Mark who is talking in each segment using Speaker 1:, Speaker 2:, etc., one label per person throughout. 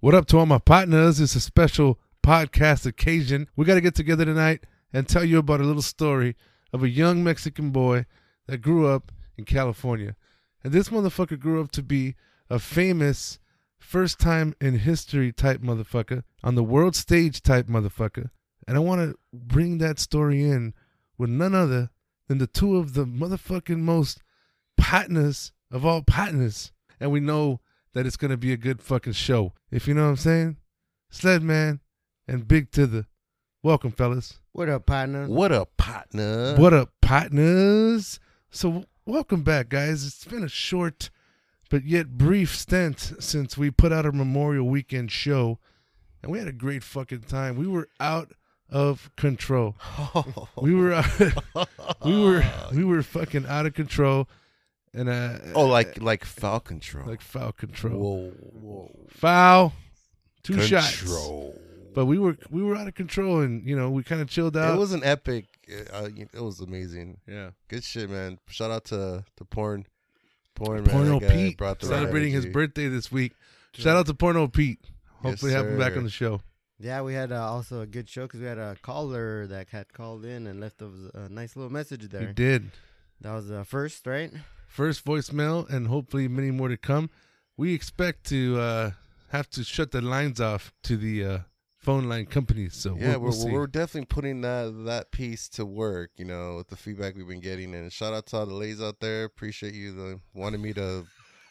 Speaker 1: What up to all my partners? It's a special podcast occasion. We got to get together tonight and tell you about a little story of a young Mexican boy that grew up in California. And this motherfucker grew up to be a famous first time in history type motherfucker, on the world stage type motherfucker. And I want to bring that story in with none other than the two of the motherfucking most partners of all partners. And we know that it's going to be a good fucking show. If you know what I'm saying? Sled Man and Big Tither. Welcome, fellas.
Speaker 2: What up, partner?
Speaker 3: What up, partner?
Speaker 1: What up, partners? So, welcome back, guys. It's been a short but yet brief stint since we put out a Memorial Weekend show, and we had a great fucking time. We were out of control. We were out, we were we were fucking out of control, and uh,
Speaker 3: oh, like like foul control.
Speaker 1: like foul control,
Speaker 3: whoa, whoa.
Speaker 1: foul, two shots.
Speaker 3: Control.
Speaker 1: But we were we were out of control, and you know we kind of chilled out.
Speaker 3: It was an epic. Uh, you- it was amazing.
Speaker 1: yeah,
Speaker 3: Good shit, man. Shout out to to porn, porn, man.
Speaker 1: Porno
Speaker 3: That guy
Speaker 1: Pete
Speaker 3: brought the right
Speaker 1: celebrating his
Speaker 3: energy.
Speaker 1: birthday this week. Shout out to Porno Pete. Hopefully, have him back
Speaker 3: sir.
Speaker 1: on the show.
Speaker 2: Yeah, we had uh, also a good show because we had a caller that had called in and left us a nice little message
Speaker 1: He
Speaker 2: there.
Speaker 1: did.
Speaker 2: That was the first, right?
Speaker 1: first voicemail and hopefully many more to come. We expect to uh, have to shut the lines off to the uh, phone line companies. So
Speaker 3: Yeah,
Speaker 1: we'll, we'll
Speaker 3: we're,
Speaker 1: see.
Speaker 3: we're, definitely putting that that piece to work. You know, with the feedback we've been getting, and shout out to all the ladies out there. Appreciate you. The, wanted me to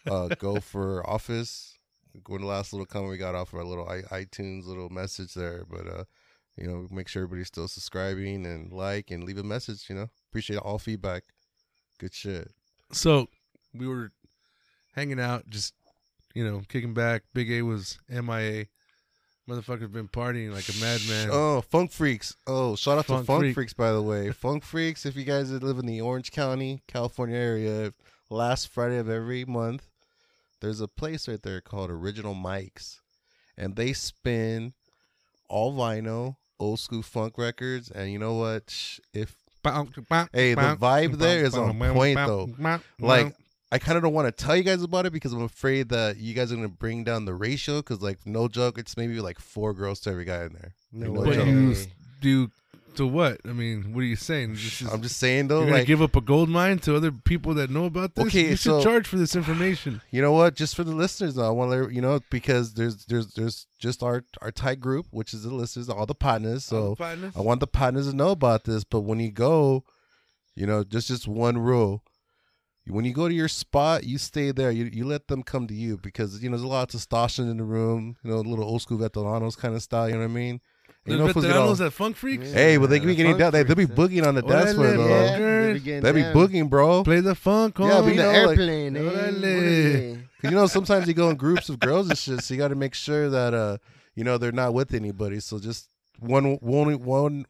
Speaker 3: uh, go for office. When the last little comment we got off of our little I- iTunes little message there, but uh, you know, make sure everybody's still subscribing and like and leave a message. You know, appreciate all feedback. Good shit.
Speaker 1: so we were hanging out, just you know, kicking back. Big A was MIA. Motherfucker's been partying like a madman.
Speaker 3: Oh, Funk Freaks. Oh, shout out
Speaker 1: Funk
Speaker 3: to Funk
Speaker 1: Freak.
Speaker 3: Freaks, by the way. Funk Freaks, if you guys that live in the Orange County, California area, last Friday of every month, there's a place right there called Original Mics. And they spin all vinyl, old school funk records. And you know what? Shh, If Hey, the vibe there is on point, though. like I kind of don't want to tell you guys about it because I'm afraid that you guys are gonna bring down the ratio. Because like no joke, it's maybe like four girls to every guy in there.
Speaker 2: No
Speaker 3: No
Speaker 1: But
Speaker 3: joke.
Speaker 1: you do to what? I mean, what are you saying? This is
Speaker 3: I'm just saying
Speaker 1: You're
Speaker 3: though,
Speaker 1: gonna
Speaker 3: like
Speaker 1: give up a gold mine to other people that know about this.
Speaker 3: Okay,
Speaker 1: you should
Speaker 3: so-
Speaker 1: charge for this information.
Speaker 3: you know what? Just for the listeners, though, I want to you know because there's there's there's just our our tight group, which is the listeners, all the partners. So
Speaker 1: Oh.
Speaker 3: I want the partners to know about this, but when you go, you know, just just one rule. When you go to your spot, you stay there. You, you let them come to you because you know there's a lot of testosterone in the room. You know, little old school veteranos kind of style. You know what I mean?
Speaker 1: There's
Speaker 3: And you know, fools get all-
Speaker 1: veteranos at Funk Freaks.
Speaker 2: Yeah.
Speaker 3: hey, but they be
Speaker 2: Yeah,
Speaker 3: getting
Speaker 2: funk
Speaker 3: down. They, they be
Speaker 2: freaks,
Speaker 3: boogieing on the
Speaker 1: Órale,
Speaker 3: dance floor,
Speaker 1: yeah.
Speaker 3: though.
Speaker 1: Fuckers.
Speaker 2: we getting
Speaker 3: They be
Speaker 2: down.
Speaker 3: boogieing, bro.
Speaker 1: Play the funk,
Speaker 3: Yeah,
Speaker 1: homie.
Speaker 3: but
Speaker 2: In the
Speaker 3: you know, like-
Speaker 2: airplane, eh?
Speaker 1: Órale.
Speaker 2: Órale.
Speaker 3: 'Cause, you know, sometimes you go in groups of girls and shit, so you got to make sure that uh, you know, they're not with anybody. So just one one one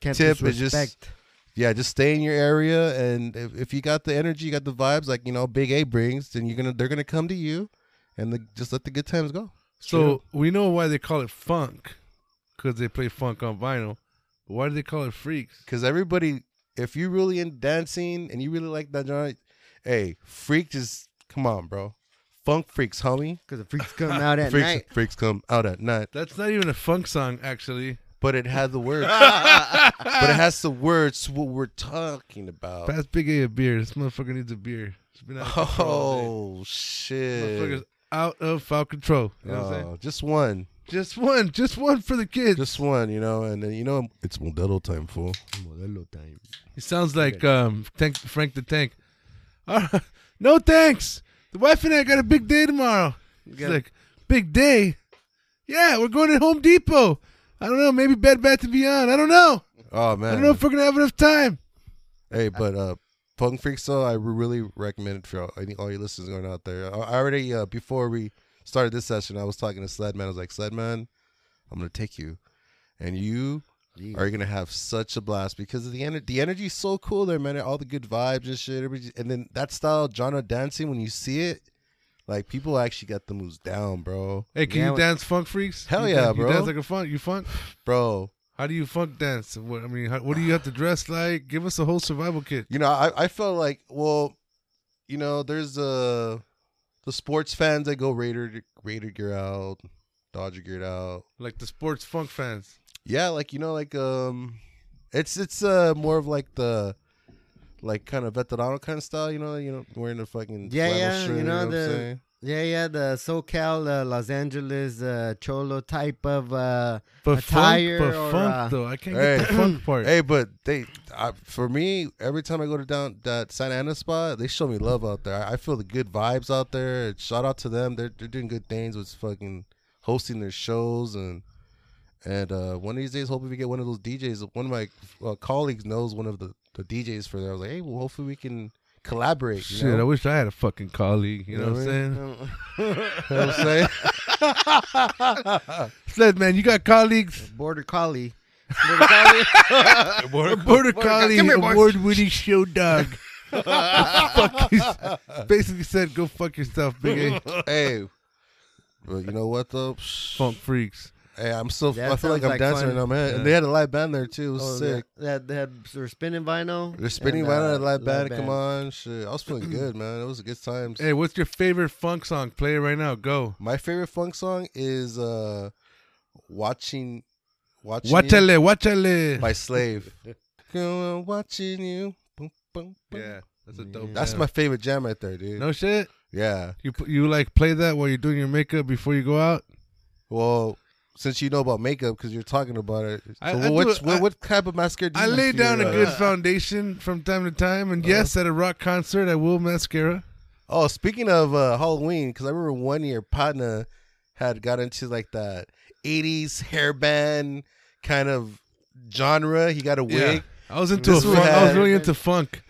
Speaker 2: Can't
Speaker 3: Tip is just-
Speaker 2: disrespect.
Speaker 3: yeah, just stay in your area, and if, if you got the energy, you got the vibes, like you know, Big A brings, then you're gonna they're gonna come to you, and the, just let the good times go.
Speaker 1: so we know why they call it funk, because they play funk on vinyl. But why do they call it freaks?
Speaker 3: Because everybody, if you really in dancing and you really like that genre, hey, freak, just come on, bro, funk freaks, homie,
Speaker 2: Because the freaks come out at
Speaker 3: freaks,
Speaker 2: night.
Speaker 3: freaks come out at night,
Speaker 1: That's not even a funk song, actually.
Speaker 3: but it has the words, but it has the words what we're talking about.
Speaker 1: Pass Big A a beer. This motherfucker needs a beer. It's been out of control all
Speaker 3: Oh
Speaker 1: day.
Speaker 3: shit!
Speaker 1: motherfucker's out of foul control. You know what I'm saying?
Speaker 3: Oh, just one.
Speaker 1: Just one, just one for the kids.
Speaker 3: Just one, you know, and then you know it's Modelo time, fool.
Speaker 2: Modelo time.
Speaker 1: He sounds like um, tank, Frank the Tank. Uh, no thanks. The wife and I got a big day tomorrow. He's
Speaker 2: got-
Speaker 1: like, big day? Yeah, we're going to Home Depot. I don't know. Maybe Bed Bath and Beyond. I don't know.
Speaker 3: Oh
Speaker 1: I
Speaker 3: man,
Speaker 1: don't know if we're gonna have enough time.
Speaker 3: hey, but uh, Funk Freaks though, I really recommend it for all, any, all you listeners going out there. I I already uh, before we started this session, I was talking to Sledman. I was like, Sledman, I'm gonna take you, and you are gonna have such a blast because of the energy. The energy's so cool there, man. All the good vibes and shit. Everybody, and then that style genre dancing when you see it, like people actually got the moves down, bro.
Speaker 1: Hey, can
Speaker 2: Yeah,
Speaker 1: you
Speaker 2: we-
Speaker 1: dance funk freaks?
Speaker 3: Hell
Speaker 1: You
Speaker 3: yeah,
Speaker 1: dan-
Speaker 3: bro.
Speaker 1: You dance like a funk. You funk.
Speaker 3: Bro,
Speaker 1: How do you funk dance? What, I mean, how, what do you have to dress like? Give us a whole survival kit.
Speaker 3: You know, I, I felt like, well, you know, there's uh, the sports fans that go Raider Raider gear out, Dodger gear out.
Speaker 1: Like the sports funk fans.
Speaker 3: Yeah, like you know, like um, it's it's uh more of like the like kind of veterano kind of style. You know, you know, wearing the fucking
Speaker 2: Yeah,
Speaker 3: flannel
Speaker 2: yeah,
Speaker 3: shirt,
Speaker 2: you know,
Speaker 3: what I'm
Speaker 2: the-
Speaker 3: saying?
Speaker 2: Yeah, yeah, the SoCal, uh, Los Angeles, uh, cholo type of. Uh,
Speaker 1: But
Speaker 2: Attire
Speaker 1: funk, but
Speaker 2: or,
Speaker 1: funk
Speaker 2: uh,
Speaker 1: though. I can't
Speaker 3: Hey.
Speaker 1: get the funk part.
Speaker 3: Hey, but they I, for me every time I go to down that Santa Ana spot, they show me love out there. I, I feel the good vibes out there. Shout out to them. They're they're doing good things with fucking hosting their shows and and uh, one of these days, hopefully we get one of those DJs. One of my uh, colleagues knows one of the, the DJs for there. I was like, hey, well, hopefully we can collaborate. You
Speaker 1: Shit, I
Speaker 3: know?
Speaker 1: wish I had a fucking colleague. You know, what I'm saying?
Speaker 3: You know what I'm saying?
Speaker 1: Sled man, you got colleagues.
Speaker 2: border collie. Border collie.
Speaker 1: Border, border collie,
Speaker 2: Come here, boy.
Speaker 1: award-winning show dog. Fuck, he's- basically said, "Go fuck yourself, big A."
Speaker 3: hey, but you know what though? Psh,
Speaker 1: Funk freaks.
Speaker 3: Hey, I'm so
Speaker 2: That
Speaker 3: I feel like
Speaker 2: sounds
Speaker 3: I'm
Speaker 2: like
Speaker 3: dancing
Speaker 2: fun.
Speaker 3: right now, man.
Speaker 1: Yeah.
Speaker 3: And they had a live band there too. It was
Speaker 2: Oh,
Speaker 3: sick.
Speaker 2: yeah. That, that, they're spinning vinyl.
Speaker 3: They're spinning
Speaker 2: and,
Speaker 3: right out
Speaker 2: uh,
Speaker 3: of live band.
Speaker 2: live
Speaker 3: Come on, shit. I was feeling good, man. It was a good time.
Speaker 1: Hey, what's your favorite funk song? Play it right now. Go.
Speaker 3: My favorite funk song is uh, "Watching," watching You
Speaker 1: Watchale, watchale.
Speaker 3: by Slave. Girl, I'm watching you. Boom, boom, boom.
Speaker 1: Yeah, that's a dope.
Speaker 3: that's
Speaker 1: jam.
Speaker 3: my favorite jam right there, dude.
Speaker 1: No shit.
Speaker 3: Yeah.
Speaker 1: You pu- you like play that while you're doing your makeup before you go out?
Speaker 3: Well, since you know about makeup because you're talking about it, so
Speaker 1: I-
Speaker 3: what,
Speaker 1: I do
Speaker 3: what's-
Speaker 1: it-
Speaker 3: what,
Speaker 1: I-
Speaker 3: what type of mascara? Do you
Speaker 1: I lay
Speaker 3: use?
Speaker 1: down a
Speaker 3: Uh,
Speaker 1: good foundation from time to time, and yes, at a rock concert, I will mascara.
Speaker 3: Oh, speaking of uh, Halloween, because I remember one year Patna had got into like that '80s hairband kind of genre. He got a wig.
Speaker 1: I was into a
Speaker 3: This
Speaker 1: funk.
Speaker 3: one
Speaker 1: I was
Speaker 3: had-
Speaker 1: really into funk.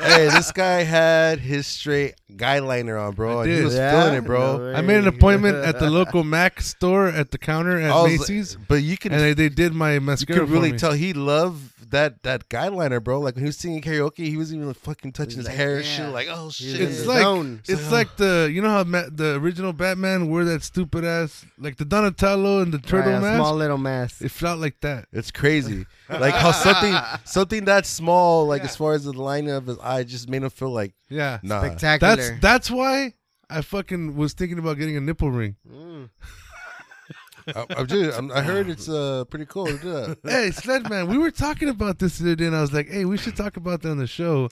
Speaker 3: hey, this guy had his straight guy liner on, bro.
Speaker 1: I
Speaker 3: and he
Speaker 1: did.
Speaker 3: was
Speaker 2: Yeah?
Speaker 3: feeling it, bro.
Speaker 2: No way.
Speaker 1: I made an appointment at the local Mac store at the counter at
Speaker 3: I was like-
Speaker 1: Macy's,
Speaker 3: but you can
Speaker 1: and they, they did my
Speaker 3: you
Speaker 1: mascara
Speaker 3: could really
Speaker 1: for me.
Speaker 3: tell he loved that that guy liner, bro. Like when he was singing karaoke, he wasn't even fucking touching his
Speaker 2: like,
Speaker 3: hair and
Speaker 2: yeah.
Speaker 3: shit. Like, oh
Speaker 2: He was
Speaker 3: shit,
Speaker 2: in
Speaker 1: It's
Speaker 2: the
Speaker 1: like-
Speaker 2: zone.
Speaker 1: It's
Speaker 3: So-
Speaker 1: like the you know how ma- the original Batman wore that stupid ass like the Donatello and the turtle
Speaker 2: Right, a
Speaker 1: mask.
Speaker 2: small little mask.
Speaker 1: It felt like that.
Speaker 3: It's crazy, like how something something that small, like as far as the line of his eye, just made him feel like
Speaker 1: Yeah,
Speaker 3: nah.
Speaker 2: Spectacular.
Speaker 1: Uh, that's that's why I fucking was thinking about getting a nipple ring.
Speaker 2: Mm.
Speaker 3: I, I, dude, I'm, I heard it's uh pretty cool. to do that.
Speaker 1: hey, Sled Man, we were talking about this the other day, and I was like, hey, we should talk about that on the show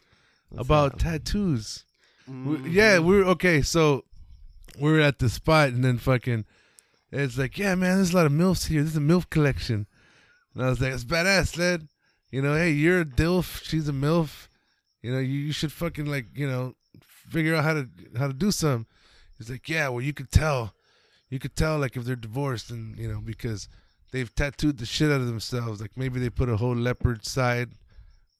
Speaker 1: about tattoos. We- yeah, we're okay. So we were at the spot, and then fucking, it's like, yeah, man, there's a lot of milfs here. This is a milf collection, and I was like, it's badass, Sled. You know, hey, you're a dilf, she's a milf. You know, you, you should fucking like, you know, figure out how to how to do something. He's like, yeah, well, you could tell, you could tell like if they're divorced, and you know because they've tattooed the shit out of themselves. Like maybe they put a whole leopard side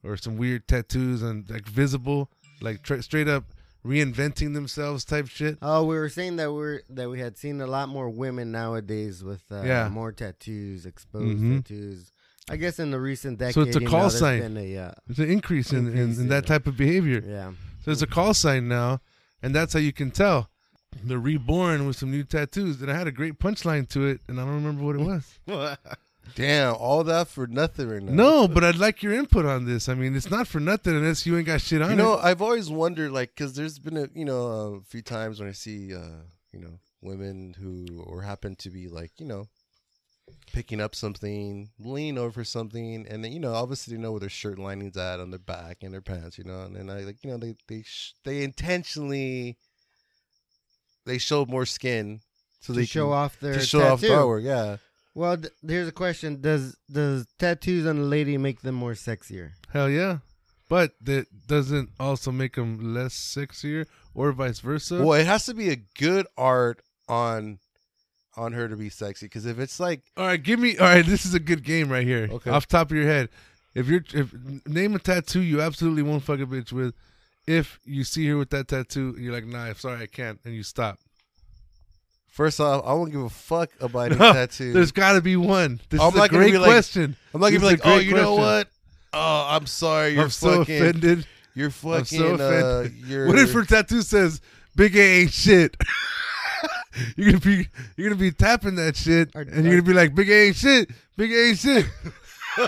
Speaker 1: or some weird tattoos and like visible, like tra- straight up reinventing themselves type shit.
Speaker 2: Oh, we were saying that we're that we had seen a lot more women nowadays with uh,
Speaker 1: Yeah.
Speaker 2: more tattoos, exposed
Speaker 1: Mhm.
Speaker 2: tattoos. I guess in the recent decade,
Speaker 1: So it's a
Speaker 2: you know,
Speaker 1: call
Speaker 2: there's
Speaker 1: sign.
Speaker 2: been a, uh,
Speaker 1: There's an increase in, in, in that
Speaker 2: Increase,
Speaker 1: type of behavior.
Speaker 2: yeah,
Speaker 1: So it's a call sign now, and that's how you can tell. They're reborn with some new tattoos, and I had a great punchline to it, and I don't remember what it was.
Speaker 3: Damn, all that for nothing right now.
Speaker 1: No, but I'd like your input on this. I mean, it's not for nothing unless you ain't got shit on
Speaker 3: you know,
Speaker 1: it.
Speaker 3: I've always wondered, like, because there's been a you know a few times when I see uh you know women who or happen to be like you know picking up something, leaning over for something, and then you know obviously they know where their shirt linings at on their back and their pants, you know, and then I like you know they they sh- they intentionally they show more skin so
Speaker 2: to
Speaker 3: they
Speaker 2: show
Speaker 3: can,
Speaker 2: off their
Speaker 3: to show
Speaker 2: tattoo.
Speaker 3: off their work, yeah.
Speaker 2: Well, th- here's a question: Does does tattoos on a lady make them more sexier?
Speaker 1: Hell yeah. But that doesn't also make them less sexier or vice versa.
Speaker 3: Well, it has to be a good art on on her to be sexy. Because if it's like
Speaker 1: All right, give me. All right, this is a good game right here.
Speaker 3: Okay.
Speaker 1: Off top of your head, if you're if name a tattoo you absolutely won't fuck a bitch with, if you see her with that tattoo, you're like, nah, I'm sorry, I can't, and you stop.
Speaker 3: First off, I won't give a fuck about any
Speaker 1: No,
Speaker 3: tattoo.
Speaker 1: There's got to be one. This
Speaker 3: I'm
Speaker 1: is a
Speaker 3: not gonna
Speaker 1: great
Speaker 3: be like-
Speaker 1: question.
Speaker 3: I'm not gonna
Speaker 1: This
Speaker 3: be
Speaker 1: is
Speaker 3: like,
Speaker 1: a
Speaker 3: oh,
Speaker 1: great
Speaker 3: you know
Speaker 1: question.
Speaker 3: what? Oh, I'm sorry. You're
Speaker 1: I'm so
Speaker 3: fucking.
Speaker 1: offended.
Speaker 3: You're
Speaker 1: I'm
Speaker 3: fucking.
Speaker 1: so
Speaker 3: uh,
Speaker 1: offended.
Speaker 3: you're.
Speaker 1: What if her tattoo says Big A ain't shit? you're gonna be you're gonna be tapping that shit,
Speaker 2: Or-
Speaker 1: and you're gonna be like, "Big A ain't shit, Big A ain't shit."
Speaker 3: So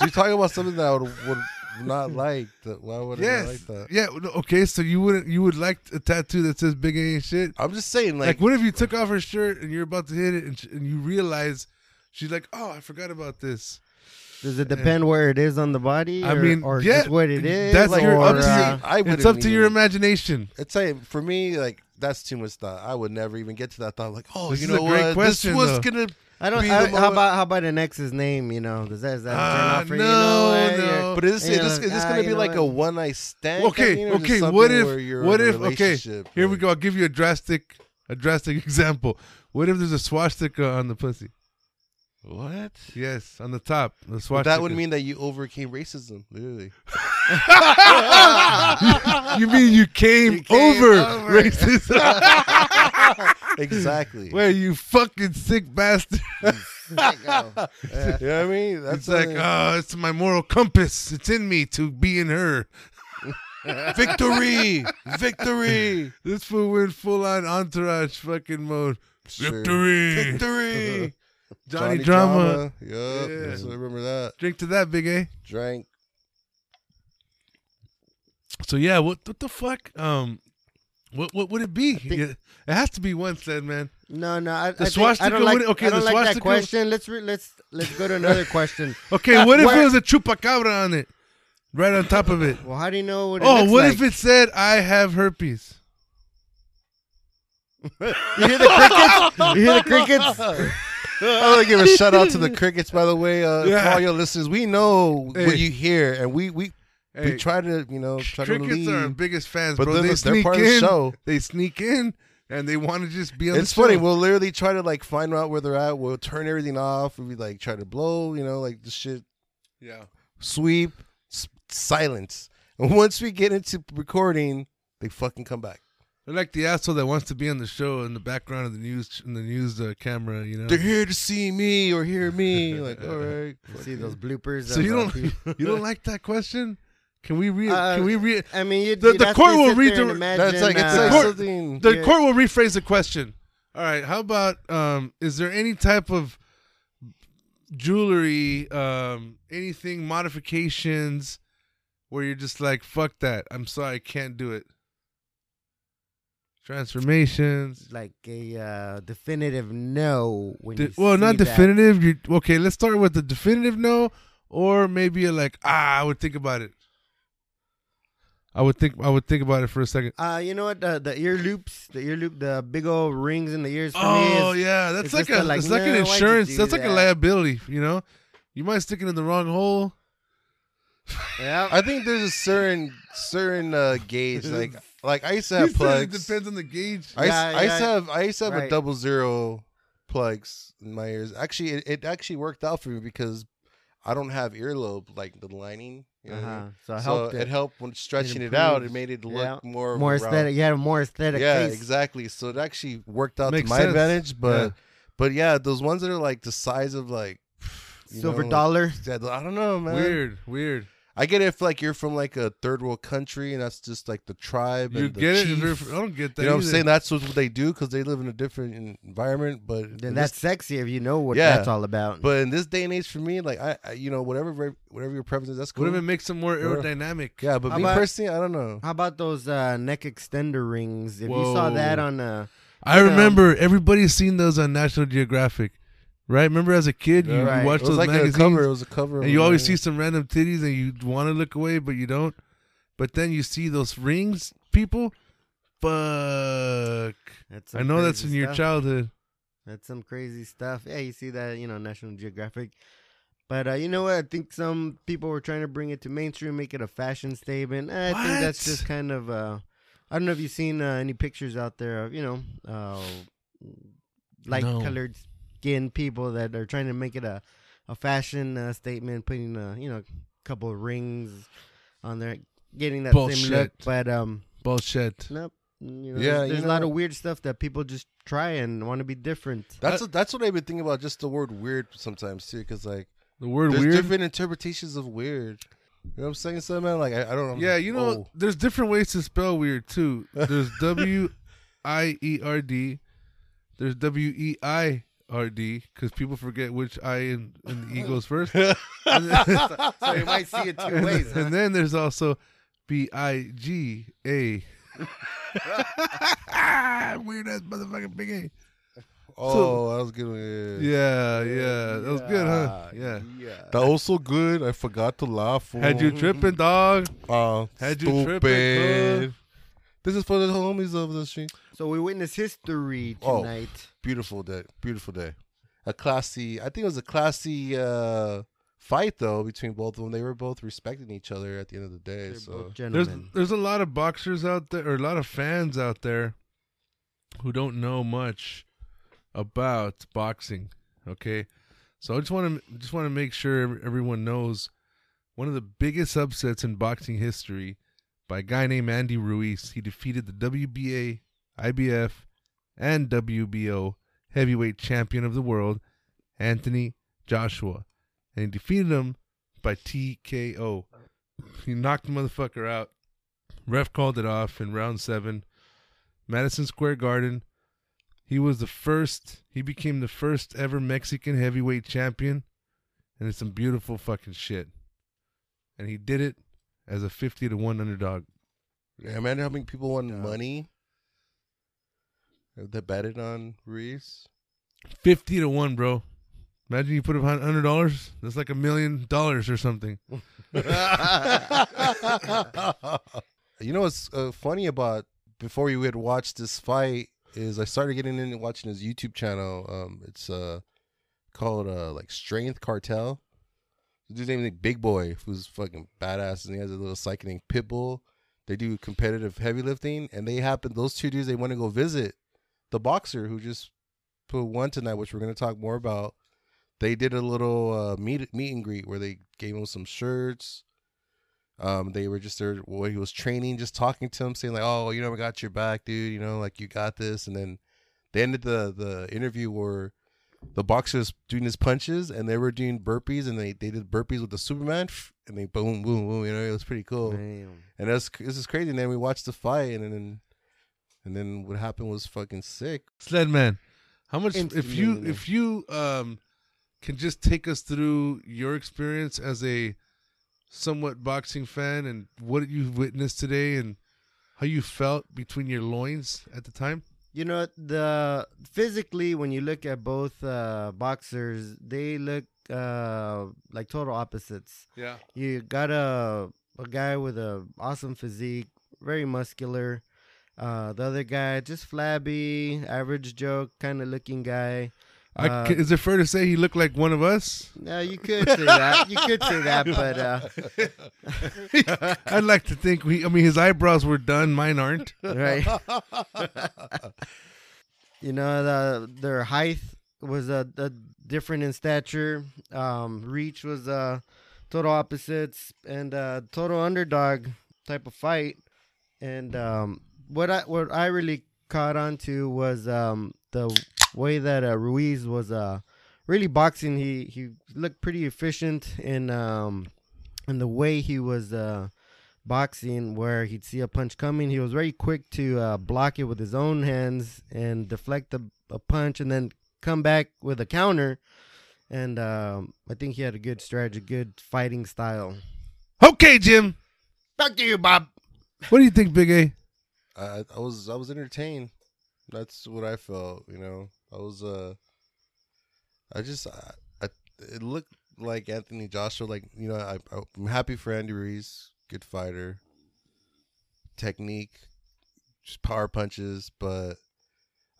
Speaker 3: you're talking about something that I would, would not like. That why would I not
Speaker 1: yes,
Speaker 3: like that?
Speaker 1: yeah. no, Okay, so you wouldn't you would like a tattoo that says "Big A ain't shit"?
Speaker 3: I'm just saying,
Speaker 1: Like,
Speaker 3: like,
Speaker 1: what if you took off her shirt and you're about to hit it, and, sh- and you realize she's like, "Oh, I forgot about this."
Speaker 2: Does it depend where it is on the body?
Speaker 1: I
Speaker 2: or-
Speaker 1: mean,
Speaker 2: or
Speaker 1: yeah,
Speaker 2: just what it is.
Speaker 1: that's
Speaker 3: like
Speaker 1: your
Speaker 2: or,
Speaker 1: up to
Speaker 2: uh,
Speaker 1: you.
Speaker 3: I
Speaker 1: It's
Speaker 3: wouldn't
Speaker 1: up to your
Speaker 3: even-
Speaker 1: imagination.
Speaker 3: It's like for me, like that's too much thought. I would never even get to that thought. Like, oh,
Speaker 1: This
Speaker 3: you
Speaker 1: is a
Speaker 3: know
Speaker 1: great
Speaker 3: what?
Speaker 1: question,
Speaker 3: this was
Speaker 1: though.
Speaker 3: gonna.
Speaker 2: I don't.
Speaker 3: be
Speaker 2: I,
Speaker 3: the
Speaker 2: how
Speaker 3: moment-
Speaker 2: about how about an ex's name? You know, does that does that turn
Speaker 1: Ah,
Speaker 2: off for you?
Speaker 1: no,
Speaker 2: you? know what?
Speaker 1: no.
Speaker 2: You're-
Speaker 3: But is this,
Speaker 2: you
Speaker 3: is this,
Speaker 2: know,
Speaker 3: is this
Speaker 2: ah,
Speaker 3: gonna
Speaker 2: you
Speaker 3: be
Speaker 2: know
Speaker 3: like
Speaker 2: what?
Speaker 3: a one night stand? kind
Speaker 1: Okay,
Speaker 3: of thing, or just
Speaker 1: okay.
Speaker 3: something
Speaker 1: What
Speaker 3: where you're
Speaker 1: if? What
Speaker 3: in a
Speaker 1: if? Okay, here
Speaker 3: relationship?
Speaker 1: we
Speaker 3: Like,
Speaker 1: go. I'll give you a drastic, a drastic example. What if there's a swastika on the pussy?
Speaker 3: What?
Speaker 1: Yes, on the top. The
Speaker 3: But
Speaker 1: swastika.
Speaker 3: that would mean that you overcame racism, literally.
Speaker 1: you mean you came,
Speaker 2: You came
Speaker 1: over,
Speaker 2: over.
Speaker 1: racism?
Speaker 3: exactly.
Speaker 1: Wait, you fucking sick bastard!
Speaker 3: You know what I mean? That's
Speaker 1: it's like,
Speaker 3: something-
Speaker 1: oh, it's my moral compass. It's in me to be in her.
Speaker 3: victory, victory,
Speaker 1: This fool went full on entourage fucking mode.
Speaker 3: Sure.
Speaker 1: Victory,
Speaker 3: victory.
Speaker 1: Johnny, drama.
Speaker 3: Yup.
Speaker 1: Yeah.
Speaker 3: Yes, I remember that.
Speaker 1: Drink to that, big A.
Speaker 3: Drank.
Speaker 1: So yeah, what what the fuck? Um, what what would it be?
Speaker 2: think-
Speaker 1: Yeah, it has to be one said, man.
Speaker 2: No, no.
Speaker 1: The
Speaker 2: I, I think- I
Speaker 1: swastika
Speaker 2: don't like.
Speaker 1: would- okay,
Speaker 2: I don't
Speaker 1: the
Speaker 2: like
Speaker 1: swastika-
Speaker 2: that question. Let's re, let's let's go to another question.
Speaker 1: Okay, what if it
Speaker 2: Where-
Speaker 1: was a chupacabra on it, right on top of it?
Speaker 2: Well, how do you know what? It
Speaker 1: Oh,
Speaker 2: looks
Speaker 1: what
Speaker 2: like?
Speaker 1: if it said I have herpes?
Speaker 2: You hear the crickets? You hear the crickets?
Speaker 3: I want to give a shout out to the crickets, by the way. Uh,
Speaker 1: Yeah.
Speaker 3: For all your listeners, we know
Speaker 1: Hey.
Speaker 3: what you hear, and we we,
Speaker 1: Hey,
Speaker 3: we try to you know try to
Speaker 1: crickets
Speaker 3: lead.
Speaker 1: are our biggest fans,
Speaker 3: But
Speaker 1: bro.
Speaker 3: then
Speaker 1: they
Speaker 3: they're
Speaker 1: sneak
Speaker 3: part
Speaker 1: in.
Speaker 3: of the show.
Speaker 1: They sneak in and they want to just be on
Speaker 3: it's
Speaker 1: the show.
Speaker 3: funny. We'll literally try to like find out where they're at. We'll turn everything off. We like try to blow, you know, like the shit
Speaker 1: yeah.
Speaker 3: sweep, s- silence. And once we get into recording, they fucking come back.
Speaker 1: They're like the asshole that wants to be on the show in the background of the news in the news uh, camera, you know.
Speaker 3: They're here to see me or hear me. Like, all right.
Speaker 2: See those bloopers.
Speaker 1: So
Speaker 2: of,
Speaker 1: you
Speaker 2: uh,
Speaker 1: don't
Speaker 2: people-
Speaker 1: you don't like that question? Can we read?
Speaker 2: Uh,
Speaker 1: can we read?
Speaker 2: I mean, you,
Speaker 1: The-
Speaker 2: you'd
Speaker 1: the
Speaker 2: have
Speaker 1: court
Speaker 2: to
Speaker 1: will
Speaker 2: sit there and
Speaker 1: read the-
Speaker 2: imagine,
Speaker 3: That's like it's
Speaker 2: uh,
Speaker 3: like
Speaker 1: court-
Speaker 3: something.
Speaker 1: The
Speaker 2: Yeah.
Speaker 1: court will rephrase the question. All right. How about um, is there any type of jewelry, um, anything modifications where you're just like, fuck that. I'm sorry, I can't do it. Transformations.
Speaker 2: like a uh, definitive no when
Speaker 1: Di-
Speaker 2: you
Speaker 1: well, not
Speaker 2: see that.
Speaker 1: definitive. You okay? Let's start with the definitive no, or maybe a like ah, I would think about it. I would think I would think about it for a second.
Speaker 2: Uh, you know what? The, the ear loops, the ear loop, the big old rings in the ears. For
Speaker 1: Oh
Speaker 2: me is,
Speaker 1: yeah, that's
Speaker 2: it's
Speaker 1: like
Speaker 2: just
Speaker 1: a
Speaker 2: a, like,
Speaker 1: it's like an
Speaker 2: no, why'd you
Speaker 1: insurance.
Speaker 2: do
Speaker 1: That's like a
Speaker 2: that?
Speaker 1: liability. You know, you might stick it in the wrong hole.
Speaker 2: yeah.
Speaker 3: I think there's a certain certain uh, gauge. Like like I used to have
Speaker 1: He said It
Speaker 3: plugs.
Speaker 1: depends on the gauge.
Speaker 3: I, used-
Speaker 2: Yeah,
Speaker 3: I used to
Speaker 2: yeah.
Speaker 3: have I used to have a
Speaker 2: Right.
Speaker 3: double zero plugs in my ears. Actually, it, it actually worked out for me because I don't have earlobe like the lining. You know what I mean?
Speaker 2: uh-huh. So I
Speaker 3: So
Speaker 2: helped
Speaker 3: it
Speaker 2: it.
Speaker 3: helped when stretching it, out. It
Speaker 2: improves.
Speaker 3: made it look
Speaker 2: Yeah.
Speaker 3: more
Speaker 2: more
Speaker 3: round.
Speaker 2: aesthetic. You had a more aesthetic.
Speaker 3: Yeah,
Speaker 2: face.
Speaker 3: exactly. So it actually worked out
Speaker 1: Makes
Speaker 3: to my
Speaker 1: sense.
Speaker 3: advantage. But
Speaker 1: Yeah.
Speaker 3: but yeah, those ones that are like the size of like you
Speaker 2: Silver
Speaker 3: know, like-
Speaker 2: dollar.
Speaker 3: I don't know, man.
Speaker 1: Weird, weird.
Speaker 3: I get it if like you're from like a third world country and that's just like the tribe.
Speaker 1: You
Speaker 3: and the
Speaker 1: get it?
Speaker 3: chief.
Speaker 1: If you're- I don't get that.
Speaker 3: You know what I'm
Speaker 1: either.
Speaker 3: saying? That's what they do because they live in a different en- environment. But in
Speaker 2: Then
Speaker 3: this-
Speaker 2: that's sexy if you know what
Speaker 3: Yeah.
Speaker 2: that's all about.
Speaker 3: but in this day and age, for me, like I, I you know, whatever, re- whatever your preference is, that's
Speaker 1: What
Speaker 3: cool.
Speaker 1: if it makes them more
Speaker 3: Whatever.
Speaker 1: aerodynamic?
Speaker 3: yeah, but
Speaker 2: How
Speaker 3: me
Speaker 2: about-
Speaker 3: personally, I don't know.
Speaker 2: How about those uh, neck extender rings? If you saw that
Speaker 1: Whoa.
Speaker 2: on uh, a
Speaker 1: I
Speaker 2: You know.
Speaker 1: remember everybody's seen those on National Geographic, right? Remember as a kid, you,
Speaker 3: Yeah.
Speaker 1: you
Speaker 2: Right.
Speaker 1: watched
Speaker 3: It was
Speaker 1: those
Speaker 3: like a
Speaker 1: magazines,
Speaker 3: cover. It was a cover. of
Speaker 1: and you
Speaker 3: a
Speaker 1: always see
Speaker 3: magazine.
Speaker 1: some random titties, and you want to look away, but you don't. But then you see those rings, people. Fuck!
Speaker 2: that's
Speaker 1: I
Speaker 2: some
Speaker 1: know that's in
Speaker 2: crazy
Speaker 1: your
Speaker 2: stuff.
Speaker 1: childhood.
Speaker 2: That's some crazy stuff. Yeah, you see that, you know, National Geographic. But uh, you know what? I think some people were trying to bring it to mainstream, make it a fashion statement. Eh, I think that's
Speaker 1: What?
Speaker 2: just kind of. Uh, I don't know if you've seen uh, any pictures out there of you know, uh, light colored skin people that are trying to make it a, a fashion uh, statement, putting uh, you know, a couple of rings on there, getting that same look.
Speaker 1: Bullshit.
Speaker 2: But um,
Speaker 1: Bullshit.
Speaker 2: nope. You know,
Speaker 3: Yeah,
Speaker 2: there's,
Speaker 3: you
Speaker 2: there's a lot
Speaker 3: know-
Speaker 2: of weird stuff that people just try and want to be different.
Speaker 1: uh,
Speaker 3: That's what- that's what I've been thinking about. Just the word weird sometimes too, because like
Speaker 1: The word
Speaker 3: there's
Speaker 1: weird.
Speaker 3: different interpretations of weird. You know what I'm saying? So man, like I, I don't.
Speaker 1: yeah, you know,
Speaker 3: Oh.
Speaker 1: there's different ways to spell weird too. There's W I E R D. There's W E I R D because people forget which I and, and the E goes first.
Speaker 2: So you might see it two ways. huh?
Speaker 1: and then there's also B I G A. Weird ass motherfucking big A.
Speaker 3: Oh, that was a good. One.
Speaker 1: Yeah,
Speaker 3: Yeah.
Speaker 1: yeah. That was good, huh? Yeah.
Speaker 2: Yeah.
Speaker 3: That was so good. I forgot to laugh.
Speaker 1: Had you
Speaker 3: fool.
Speaker 1: tripping, dog?
Speaker 3: Uh,
Speaker 1: Had you
Speaker 3: stupid.
Speaker 1: tripping,
Speaker 3: This is for the homies of the street.
Speaker 2: So we witness history
Speaker 3: Oh.
Speaker 2: tonight.
Speaker 3: Beautiful day. Beautiful day. A classy. I think it was a classy uh, fight though between both of them. They were both respecting each other at the end of the day.
Speaker 2: They're
Speaker 3: so
Speaker 2: both
Speaker 1: There's
Speaker 2: gentlemen.
Speaker 1: there's a lot of boxers out there, or a lot of fans out there, who don't know much about boxing. Okay, so I just want to just want to make sure ev- everyone knows one of the biggest upsets in boxing history by a guy named Andy Ruiz. He defeated the WBA, IBF, and WBO heavyweight champion of the world, Anthony Joshua, and he defeated him by TKO. He knocked the motherfucker out. Ref called it off in round seven. Madison Square Garden. He was the first. He became the first ever Mexican heavyweight champion, and it's some beautiful fucking shit. And he did it as a fifty to one underdog.
Speaker 3: yeah, imagine how many people won
Speaker 2: Yeah.
Speaker 3: money that betted on Reese.
Speaker 1: Fifty to one, bro. Imagine you put up hundred dollars. That's like a million dollars or something.
Speaker 3: you know what's uh, funny about before we had watched this fight is I started getting into watching his YouTube channel. Um, it's uh called uh like Strength Cartel. The dude's name is like Big Boy, who's fucking badass, and he has a little psychic named Pitbull. They do competitive heavy lifting, and they happen. Those two dudes they want to go visit the boxer who just put one tonight, which we're gonna talk more about. They did a little uh, meet meet and greet where they gave him some shirts, um, they were just there while he was training, just talking to him, saying like, "Oh, you know, we got your back, dude. You know, like you got this." And then they ended the the interview where the boxer was doing his punches, and they were doing burpees, and they they did burpees with the Superman, and they boom, boom, boom. You know, it was pretty cool.
Speaker 2: Damn.
Speaker 3: And that's this is crazy. And then we watched the fight, and then and then what happened was fucking sick.
Speaker 1: Sledman, how much? If
Speaker 3: Instantly
Speaker 1: you
Speaker 3: millionaire.
Speaker 1: if you um can just take us through your experience as a somewhat boxing fan and what you witnessed today and how you felt between your loins at the time.
Speaker 2: You know the physically when you look at both uh, boxers, they look uh, like total opposites.
Speaker 1: Yeah.
Speaker 2: You got a a guy with a awesome physique, very muscular. Uh, the other guy just flabby, average Joe kind of looking guy.
Speaker 1: I,
Speaker 2: Uh,
Speaker 1: ca- is it fair to say he looked like one of us?
Speaker 2: No, you could say that. You could say that, but uh,
Speaker 1: I'd like to think we. I mean, his eyebrows were done. Mine aren't.
Speaker 2: right. you know, the, their height was a, a different in stature. Um, reach was uh, total opposites and uh, total underdog type of fight. And um, what I what I really caught on to was um, the way that uh, Ruiz was uh, really boxing. He he looked pretty efficient in um, in the way he was. Uh, boxing where he'd see a punch coming. He was very quick to uh, block it with his own hands and deflect a, a punch and then come back with a counter. And um, I think he had a good strategy, good fighting style.
Speaker 1: Okay, Jim.
Speaker 2: Back to you, Bob.
Speaker 1: What do you think, Big A?
Speaker 3: I, I was I was entertained. That's what I felt. You know, I was uh, I just I, I it looked like Anthony Joshua. Like you know, I, I'm happy for Andy Ruiz, good fighter, technique, just power punches, but.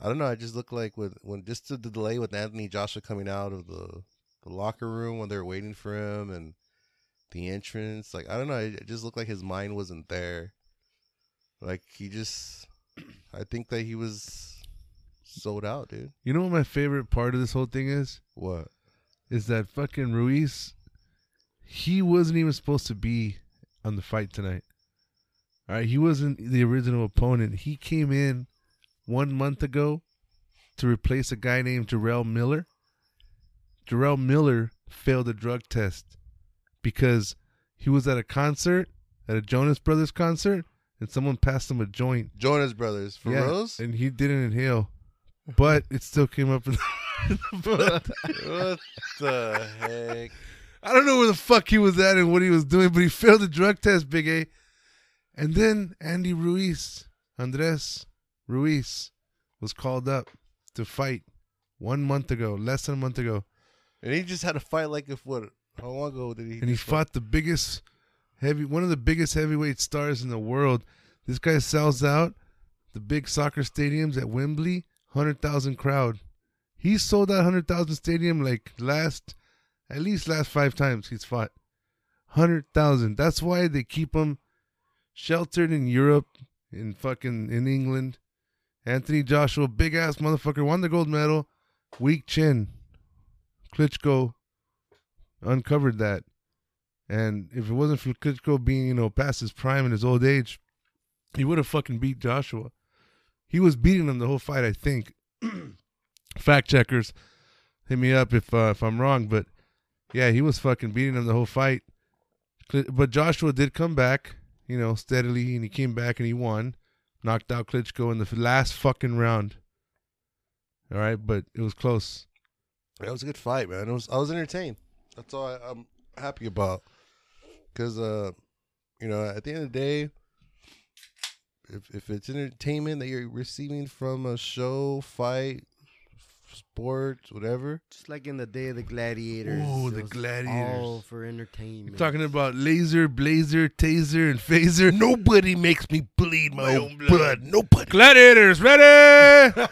Speaker 3: I don't know. I just looked like with when just the the delay with Anthony Joshua coming out of the, the locker room when they were waiting for him and the entrance. Like I don't know. It it just looked like his mind wasn't there. Like he just, I think that he was sold out, dude.
Speaker 1: You know what my favorite part of this whole thing is?
Speaker 3: What?
Speaker 1: is that fucking Ruiz, he wasn't even supposed to be on the fight tonight. All right, he wasn't the original opponent. He came in one month ago to replace a guy named Jarrell Miller. Jarrell Miller failed a drug test because he was at a concert, at a Jonas Brothers concert, and someone passed him a joint.
Speaker 3: Jonas Brothers for
Speaker 1: Yeah,
Speaker 3: reals?
Speaker 1: And he didn't inhale, but it still came up in the, in the blood.
Speaker 3: what the heck?
Speaker 1: I don't know where the fuck he was at and what he was doing, but he failed the drug test, Big A. And then Andy Ruiz, Andres Ruiz, was called up to fight one month ago, less than a month ago.
Speaker 3: And he just had a fight like if what? How long ago did he?
Speaker 1: and he fought the biggest heavy one of the biggest heavyweight stars in the world. This guy sells out the big soccer stadiums at Wembley, 100,000 crowd. He sold out 100,000 stadium like last at least last 5 times he's fought. 100,000. That's why they keep him sheltered in Europe in fucking in England. Anthony Joshua, big ass motherfucker, won the gold medal. Weak chin. Klitschko uncovered that. And if it wasn't for Klitschko being, you know, past his prime in his old age, he would have fucking beat Joshua. He was beating him the whole fight, I think. Fact checkers, hit me up if uh, if I'm wrong, but yeah, he was fucking beating him the whole fight. Kli- But Joshua did come back, you know, steadily, and he came back and he won, knocked out Klitschko in the f- last fucking round. All right, but it was close.
Speaker 3: That was a good fight, man. It was, I was entertained. That's all I, I'm happy about. Because, uh, you know, at the end of the day, if, if it's entertainment that you're receiving from a show, fight, sports, whatever,
Speaker 2: Just like in the day of the gladiators.
Speaker 1: Ooh,
Speaker 2: it
Speaker 1: the
Speaker 2: was
Speaker 1: gladiators.
Speaker 2: All for entertainment.
Speaker 1: You're talking about laser, blazer, taser, and phaser. Nobody makes me bleed my, own blood. Nobody. Gladiators ready.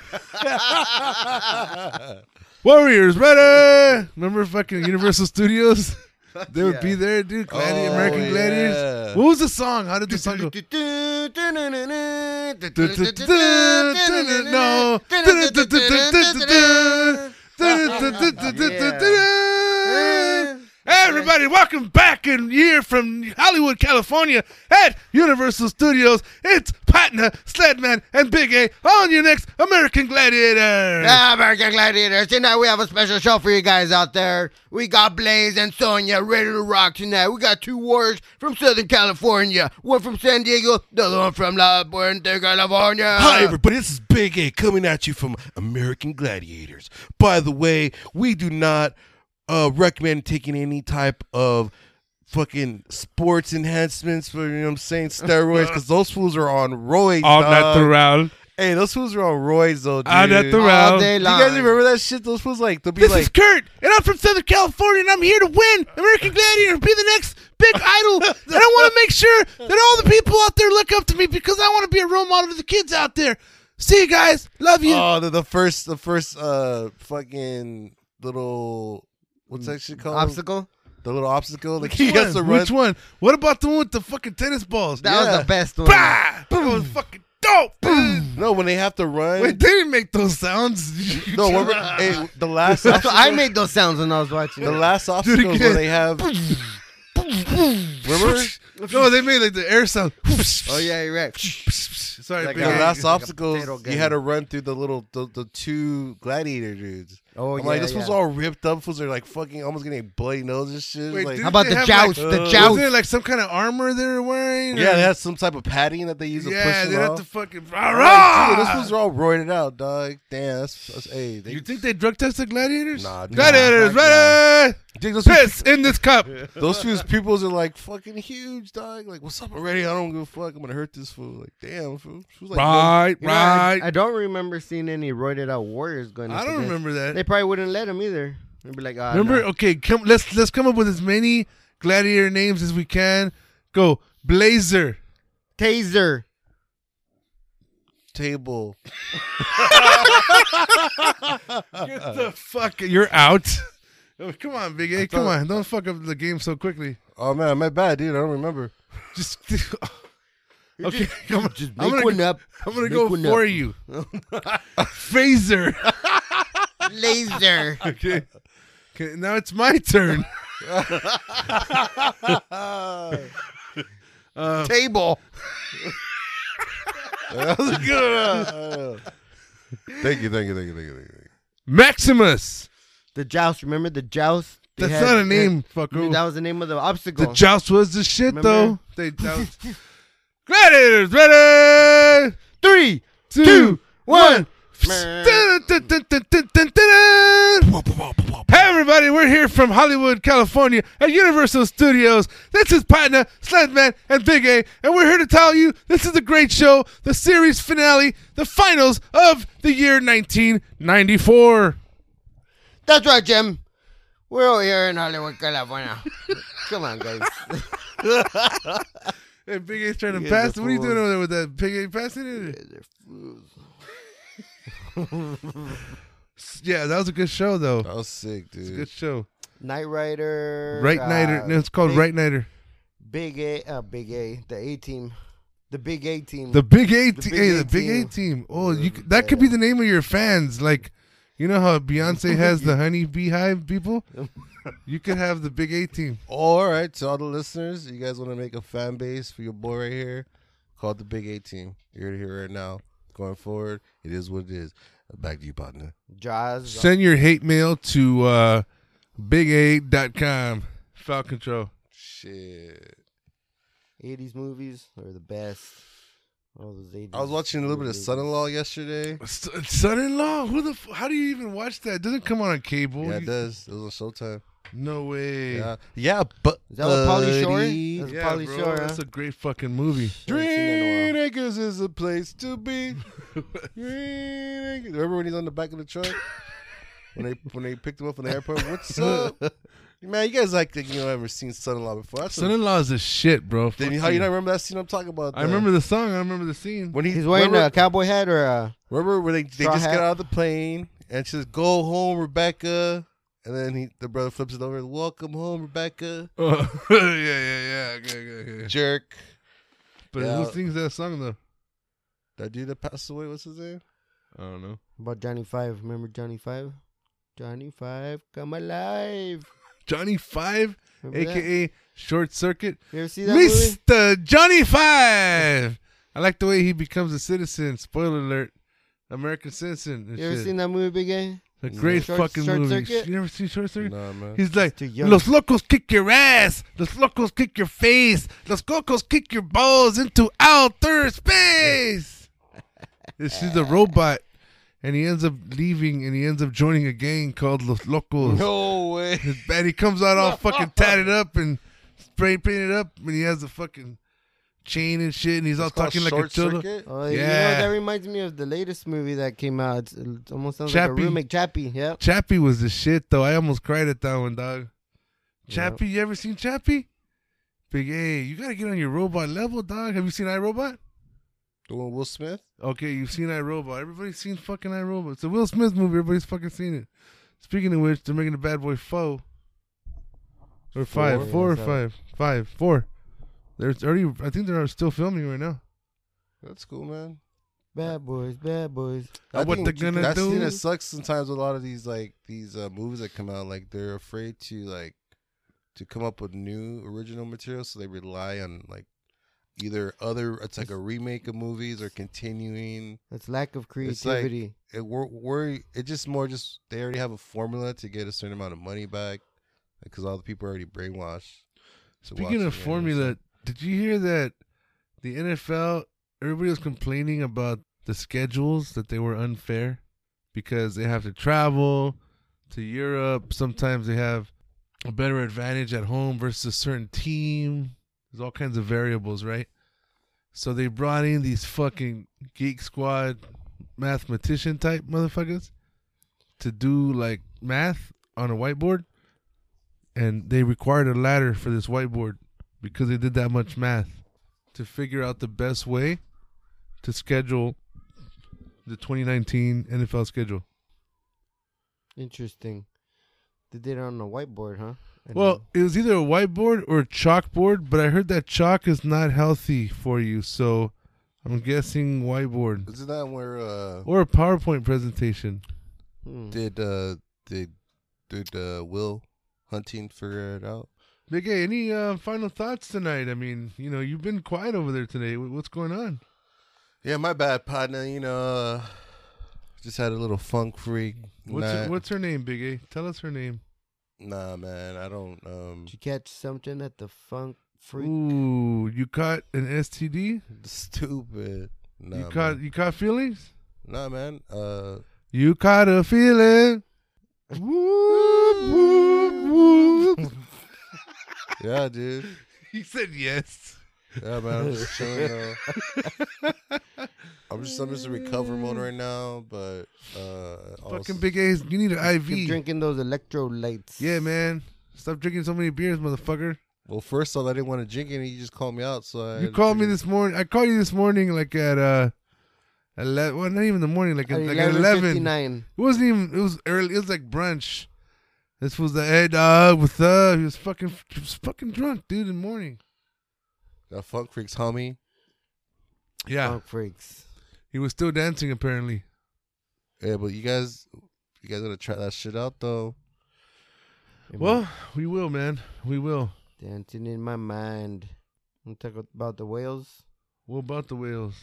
Speaker 1: Warriors ready. Remember fucking Universal Studios? They would be there, dude. Gladi-
Speaker 3: Oh,
Speaker 1: American
Speaker 3: yeah.
Speaker 1: Gladiators. What was the song? How did the song go? No. Everybody, welcome back in here from Hollywood, California at Universal Studios. It's Patna, Sledman, and Big A on your next American Gladiator.
Speaker 2: Ah, American Gladiators, tonight we have a special show for you guys out there. We got Blaze and Sonya ready to rock tonight. We got two warriors from Southern California, one from San Diego, the other one from La Puente, California.
Speaker 1: Uh,
Speaker 3: Hi, everybody. This is Big A coming at you from American Gladiators. By the way, we do not uh, recommend taking any type of fucking sports enhancements for, you know what I'm saying, steroids, because those fools are on roids. dog.
Speaker 1: natural.
Speaker 3: Hey, those fools are on roids, though, dude.
Speaker 1: All natural.
Speaker 2: All day
Speaker 3: You guys
Speaker 2: long.
Speaker 3: remember that shit? Those fools, like, they'll be
Speaker 1: This
Speaker 3: like,
Speaker 1: is Kurt, and I'm from Southern California, and I'm here to win American Gladiator, be the next big idol. And I want to make sure that all the people out there look up to me because I want to be a role model to the kids out there. See you guys. Love you.
Speaker 3: oh, the, the first, the first, uh, fucking little, what's that shit called?
Speaker 2: Obstacle?
Speaker 3: The little obstacle. Like,
Speaker 1: Which
Speaker 3: he has
Speaker 1: one?
Speaker 3: to run.
Speaker 1: Which one? What about the one with the fucking tennis balls?
Speaker 2: That
Speaker 3: Yeah.
Speaker 2: was the best one.
Speaker 1: bah! That was fucking dope.
Speaker 3: No, when they have to run.
Speaker 1: Wait, they didn't make those sounds.
Speaker 3: No, remember, hey, the last
Speaker 2: That's
Speaker 3: obstacle,
Speaker 2: what I made those sounds when I was watching.
Speaker 3: the last obstacle
Speaker 1: again.
Speaker 3: where they have. eh, remember
Speaker 1: no, they made like the air sound.
Speaker 2: oh, yeah, you're right.
Speaker 1: Sorry,
Speaker 2: Like
Speaker 1: big
Speaker 3: the
Speaker 2: Yeah.
Speaker 3: last
Speaker 2: Like a
Speaker 3: obstacles
Speaker 2: potato
Speaker 3: you
Speaker 2: gun.
Speaker 3: had to run through the little the, the two gladiator dudes.
Speaker 2: Oh,
Speaker 3: I'm
Speaker 2: yeah.
Speaker 3: like this
Speaker 2: yeah.
Speaker 3: was all ripped up. Fools are like fucking almost getting a bloody nose and shit.
Speaker 1: Wait,
Speaker 3: like,
Speaker 1: didn't
Speaker 2: How about
Speaker 1: they
Speaker 2: the
Speaker 1: have, like-
Speaker 2: joust? the
Speaker 3: uh,
Speaker 1: Wasn't
Speaker 2: joust.
Speaker 1: it like some kind of armor they were wearing?
Speaker 3: yeah,
Speaker 1: or-
Speaker 3: they had some type of padding that they use to
Speaker 1: yeah,
Speaker 3: push
Speaker 1: they
Speaker 3: them
Speaker 1: have
Speaker 3: off.
Speaker 1: to Ah! fucking.
Speaker 3: I'm like,
Speaker 1: Rah!
Speaker 3: dude, this was all roided out, dog. Damn, that's, that's hey. They,
Speaker 1: you think they drug tested gladiators?
Speaker 3: Nah, dude.
Speaker 1: gladiators,
Speaker 3: Nah, fuck
Speaker 1: ready?
Speaker 3: Dude, those,
Speaker 1: Piss in this cup.
Speaker 3: those fools' pupils are like fucking huge, dog. Like, what's up already? I don't give a fuck. I'm gonna hurt this fool. Like, damn, fool. She was like,
Speaker 1: right,
Speaker 2: You know, I-
Speaker 1: right.
Speaker 2: I, don't remember seeing any roided out warriors going.
Speaker 1: I
Speaker 2: into
Speaker 1: don't
Speaker 2: this.
Speaker 1: remember that.
Speaker 2: They probably wouldn't let him either. They'd be like, ah,
Speaker 1: Remember,
Speaker 2: no.
Speaker 1: okay, come, let's let's come up with as many gladiator names as we can. Go Blazer,
Speaker 2: taser.
Speaker 3: table.
Speaker 2: Uh-uh.
Speaker 1: Get the fuck, you're out. Oh, come on, Big A, come on, don't fuck up the game so quickly.
Speaker 3: Oh man, my bad, dude. I don't remember.
Speaker 1: Just okay, come on.
Speaker 2: Just
Speaker 1: I'm
Speaker 2: make
Speaker 1: gonna,
Speaker 2: one
Speaker 1: go-
Speaker 2: up.
Speaker 1: I'm gonna
Speaker 2: Make
Speaker 1: go
Speaker 2: one
Speaker 1: for
Speaker 2: up.
Speaker 1: you. Phaser.
Speaker 2: Laser.
Speaker 1: Okay. okay, now it's my turn. Uh,
Speaker 2: Table.
Speaker 3: That was a good. one. thank you, thank you, thank you, thank you, thank you.
Speaker 1: Maximus.
Speaker 2: The joust. Remember the joust? They
Speaker 1: That's
Speaker 2: had-
Speaker 1: not a name,
Speaker 2: I mean,
Speaker 1: fucker.
Speaker 2: that was the name of the obstacle.
Speaker 1: The joust was the shit,
Speaker 2: Remember?
Speaker 1: though. They, that was- Gladiators, ready?
Speaker 2: Three,
Speaker 1: Two,
Speaker 2: two, one.
Speaker 1: Hey everybody, we're here from Hollywood, California at Universal Studios. This is partner, Slantman, and Big A, and we're here to tell you this is a great show, the series finale, the finals of the year 1994.
Speaker 2: That's right, Jim. We're over here in Hollywood, California. Come on, guys.
Speaker 1: And Big A's trying to
Speaker 2: Yeah,
Speaker 1: pass.
Speaker 2: the
Speaker 1: What are you
Speaker 2: fool.
Speaker 1: doing over there with that Big A passing it? Yeah, that was a good show though.
Speaker 2: Oh,
Speaker 3: That was sick,
Speaker 1: It's a
Speaker 3: dude.
Speaker 1: good show.
Speaker 2: Night Rider.
Speaker 1: Right Nighter.
Speaker 2: uh,
Speaker 1: No, it's called
Speaker 2: Big-
Speaker 1: Right Nighter.
Speaker 2: Big A, uh, Big A, the A team, the Big A team.
Speaker 1: The Big Eight,
Speaker 2: The
Speaker 1: the
Speaker 2: Big
Speaker 1: hey, the
Speaker 2: Eight
Speaker 1: Big
Speaker 2: team.
Speaker 1: Eight team. Oh, you c- that could be the name of your fans. Like, you know how Beyonce has the Honey Beehive people. You could have the Big Eight team.
Speaker 3: Oh, All right, to all the listeners, you guys want to make a fan base for your boy right here? Called the Big Eight Team. You're here right now. Going forward, it is what it is. Back to you, partner.
Speaker 2: Jaws.
Speaker 1: Send your hate mail to uh, big8.com. Foul control.
Speaker 3: Shit.
Speaker 2: 80s movies are the best. All those 80s.
Speaker 3: I was watching a little bit of Son in Law yesterday.
Speaker 1: S- Son-in-law. Who the? F- how do you even watch that? It doesn't come on on cable.
Speaker 3: Yeah, it
Speaker 1: You-
Speaker 3: does. It was on Showtime.
Speaker 1: No way.
Speaker 3: Yeah, yeah but.
Speaker 2: Is that with Pauly Shore?
Speaker 3: buddy,
Speaker 2: That's-
Speaker 1: Yeah,
Speaker 2: Pauly
Speaker 1: bro,
Speaker 2: Shore, huh?
Speaker 1: that's a great fucking movie.
Speaker 3: Green Acres is a place to be. Green Acres. Remember when he's on the back of the truck? when they when they picked him up from the airport? What's up? Man, you guys like that you know ever seen Son in Law before. That's a,
Speaker 1: Son-in-law is a shit, bro.
Speaker 3: then
Speaker 1: Fuck
Speaker 3: how you
Speaker 1: you.
Speaker 3: not remember that scene I'm talking about?
Speaker 1: I
Speaker 3: though?
Speaker 1: remember the song. I remember the scene.
Speaker 3: when he,
Speaker 2: He's wearing
Speaker 3: remember,
Speaker 2: a cowboy hat or a.
Speaker 3: remember when they, they
Speaker 2: straw
Speaker 3: just
Speaker 2: hat.
Speaker 3: get out of the plane and she says, Go home, Rebecca. And then he, the brother flips it over. Welcome home, Rebecca.
Speaker 1: Oh, yeah, yeah, yeah. Okay, okay, okay.
Speaker 3: Jerk.
Speaker 1: But
Speaker 3: Yeah.
Speaker 1: who sings that song though?
Speaker 3: That dude that passed away, what's his name?
Speaker 1: I don't know.
Speaker 2: About Johnny Five. Remember Johnny Five? Johnny Five, come alive.
Speaker 1: Johnny Five,
Speaker 2: Remember that?
Speaker 1: aka Short Circuit,
Speaker 2: You ever see that movie?
Speaker 1: Mister Johnny Five. I like the way he becomes a citizen. Spoiler alert: American citizen. and
Speaker 2: You ever
Speaker 1: shit.
Speaker 2: seen that movie, Big A?
Speaker 1: a great
Speaker 2: Short-
Speaker 1: fucking
Speaker 2: Short
Speaker 1: movie?
Speaker 2: Circuit?
Speaker 1: You never seen Short Circuit?
Speaker 3: Nah, man.
Speaker 1: He's like,
Speaker 2: too young.
Speaker 1: Los locos kick your ass. Los locos kick your face. Los locos kick your balls into outer space. And She's a robot, and he ends up leaving, and he ends up joining a gang called Los Locos.
Speaker 3: No way.
Speaker 1: And he comes out all fucking tatted up and spray painted up, and he has a fucking chain and shit, and he's all
Speaker 3: It's called
Speaker 1: talking like a
Speaker 3: Short
Speaker 1: cholo.
Speaker 3: Circuit?
Speaker 2: Oh, you know,
Speaker 1: Yeah.
Speaker 2: that reminds me of the latest movie that came out. It's, it almost sounds like
Speaker 1: Chappie.
Speaker 2: a remake. Chappie, yeah.
Speaker 1: Chappie was the shit though. I almost cried at that one, dog. Chappie, you ever seen Chappie? Big A, you gotta get on your robot level, dog. Have you seen iRobot?
Speaker 3: The one with Will Smith?
Speaker 1: Okay, you've seen iRobot. Everybody's seen fucking iRobot. It's a Will Smith movie. Everybody's fucking seen it. Speaking of which, they're making a Bad Boy four or five,
Speaker 2: Four?
Speaker 1: four, or
Speaker 2: Yeah,
Speaker 1: five, five, four. There's already. I think they're still filming right now.
Speaker 3: That's cool, man.
Speaker 2: Bad boys, bad boys.
Speaker 1: Uh,
Speaker 3: I
Speaker 1: what
Speaker 3: think
Speaker 1: they gonna
Speaker 3: that's the
Speaker 1: do?
Speaker 3: thing that sucks sometimes with a lot of these like these uh, movies that come out. Like they're afraid to like to come up with new original material, so they rely on like either other. It's like a remake of movies or continuing.
Speaker 2: That's lack of
Speaker 3: It's like-
Speaker 2: creativity.
Speaker 3: It wor- worry. It just more just they already have a formula to get a certain amount of money back because all the people are already brainwashed. to watch
Speaker 1: Speaking
Speaker 3: it,
Speaker 1: of
Speaker 3: you know,
Speaker 1: formula, did you hear that the NFL everybody was complaining about the schedules that they were unfair because they have to travel to Europe. Sometimes they have a better advantage at home versus a certain team. There's all kinds of variables, right? So they brought in these fucking geek squad mathematician type motherfuckers to do like math on a whiteboard and they required a ladder for this whiteboard because they did that much math to figure out the best way to schedule the 2019 NFL schedule.
Speaker 2: Interesting. They did it on a whiteboard, huh? And
Speaker 1: Well, it was either a whiteboard or a chalkboard, but I heard that chalk is not healthy for you, so I'm guessing whiteboard
Speaker 3: Isn't that where uh,
Speaker 1: or a PowerPoint presentation.
Speaker 2: then- hmm.
Speaker 3: did uh did did uh, Will Hunting figure it out?
Speaker 1: Big A, any uh, final thoughts tonight? I mean, you know, you've been quiet over there today. Wh- What's going on?
Speaker 3: Yeah, my bad, partner. You know, uh, just had a little funk freak.
Speaker 1: What's
Speaker 3: nah,
Speaker 1: her, what's her name, Big A? Tell us her name.
Speaker 3: nah, man. I don't. Um,
Speaker 2: Did you catch something at the funk freak.
Speaker 1: Ooh, you caught an STD?
Speaker 3: Stupid. Nah,
Speaker 1: you caught
Speaker 3: man.
Speaker 1: you caught feelings?
Speaker 3: Nah, man. Uh,
Speaker 1: You caught a feeling. Whoop, whoop, whoop.
Speaker 3: yeah, dude.
Speaker 1: he said yes.
Speaker 3: Yeah, man. I'm just chilling. though. I'm just I'm just in recovery mode right now, but uh,
Speaker 1: Fucking
Speaker 3: also-
Speaker 1: big A's, you need an IV.
Speaker 2: Keep drinking those electrolytes.
Speaker 1: Yeah, man. Stop drinking so many beers, motherfucker.
Speaker 3: Well, first off, I didn't want to drink any. You just called me out, so I
Speaker 1: You called me this morning. I called you this morning, like at uh, eleven. Well, not even the morning, like at, like at eleven. It
Speaker 2: 11:59.
Speaker 1: wasn't even. It was early. It was like brunch. This was the hey dog, what's up? He was fucking, he was fucking drunk, dude, in the morning.
Speaker 3: The Funk Freaks homie.
Speaker 1: Yeah,
Speaker 2: Funk freaks.
Speaker 1: he was still dancing apparently.
Speaker 3: Yeah, but you guys, you guys gotta try that shit out though.
Speaker 2: In my-
Speaker 1: Well, we will, man. We will.
Speaker 2: dancing in my mind. I'm talking about the whales.
Speaker 1: What about the whales?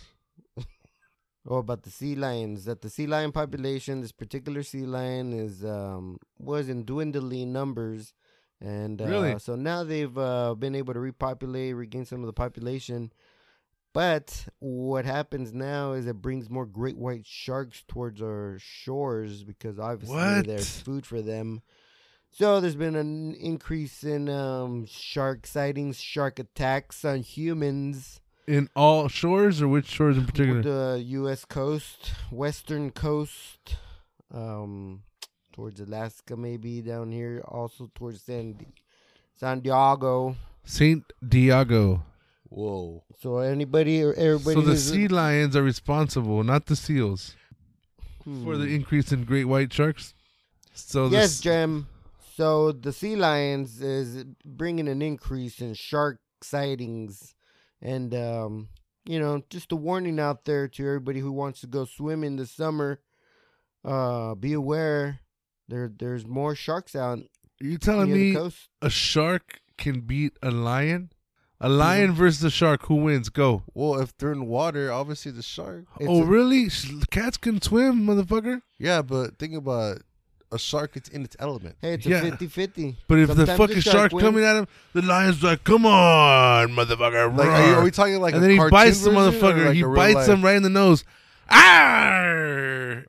Speaker 2: Oh, about the sea lions. That the sea lion population, this particular sea lion, is um was in dwindling numbers, and uh,
Speaker 1: Really?
Speaker 2: so now they've uh, been able to repopulate, regain some of the population. But what happens now is it brings more great white sharks towards our shores because obviously
Speaker 1: What?
Speaker 2: there's food for them. So there's been an increase in um, shark sightings, shark attacks on humans.
Speaker 1: In all shores, or which shores in
Speaker 2: Well,
Speaker 1: particular?
Speaker 2: The U.S. coast, western coast, um, towards Alaska, maybe down here, also towards San, San Diego.
Speaker 1: Saint Diego.
Speaker 3: Whoa,
Speaker 2: So anybody or everybody.
Speaker 1: So the
Speaker 2: who's-
Speaker 1: sea lions are responsible, not the seals.
Speaker 2: Hmm.
Speaker 1: for the increase in great white sharks. So
Speaker 2: yes,
Speaker 1: this,
Speaker 2: Jim. So the sea lions is bringing an increase in shark sightings, and um, you know, just a warning out there to everybody who wants to go swimming this summer. Uh, be aware. There, there's more sharks out
Speaker 1: you telling
Speaker 2: near the
Speaker 1: me
Speaker 2: coast.
Speaker 1: a shark can beat a lion? A lion
Speaker 2: Mm-hmm.
Speaker 1: versus a shark, who wins? Go.
Speaker 3: well, if they're in water, obviously the shark.
Speaker 2: It's
Speaker 1: oh,
Speaker 2: a-
Speaker 1: really? Sh- Cats can swim, motherfucker.
Speaker 3: Yeah, but think about it. a shark. It's in its element.
Speaker 2: Hey, it's
Speaker 1: Yeah.
Speaker 2: a 50 50.
Speaker 1: But if the fucking shark coming at him, the lion's like, "Come on, motherfucker!"
Speaker 3: Like, are,
Speaker 1: roar."
Speaker 3: you, are we talking like?
Speaker 1: and
Speaker 3: a
Speaker 1: then he
Speaker 3: cartoon
Speaker 1: bites the
Speaker 3: version or
Speaker 1: motherfucker.
Speaker 3: like
Speaker 1: he
Speaker 3: a real
Speaker 1: bites
Speaker 3: life?
Speaker 1: him right in the nose. Ah!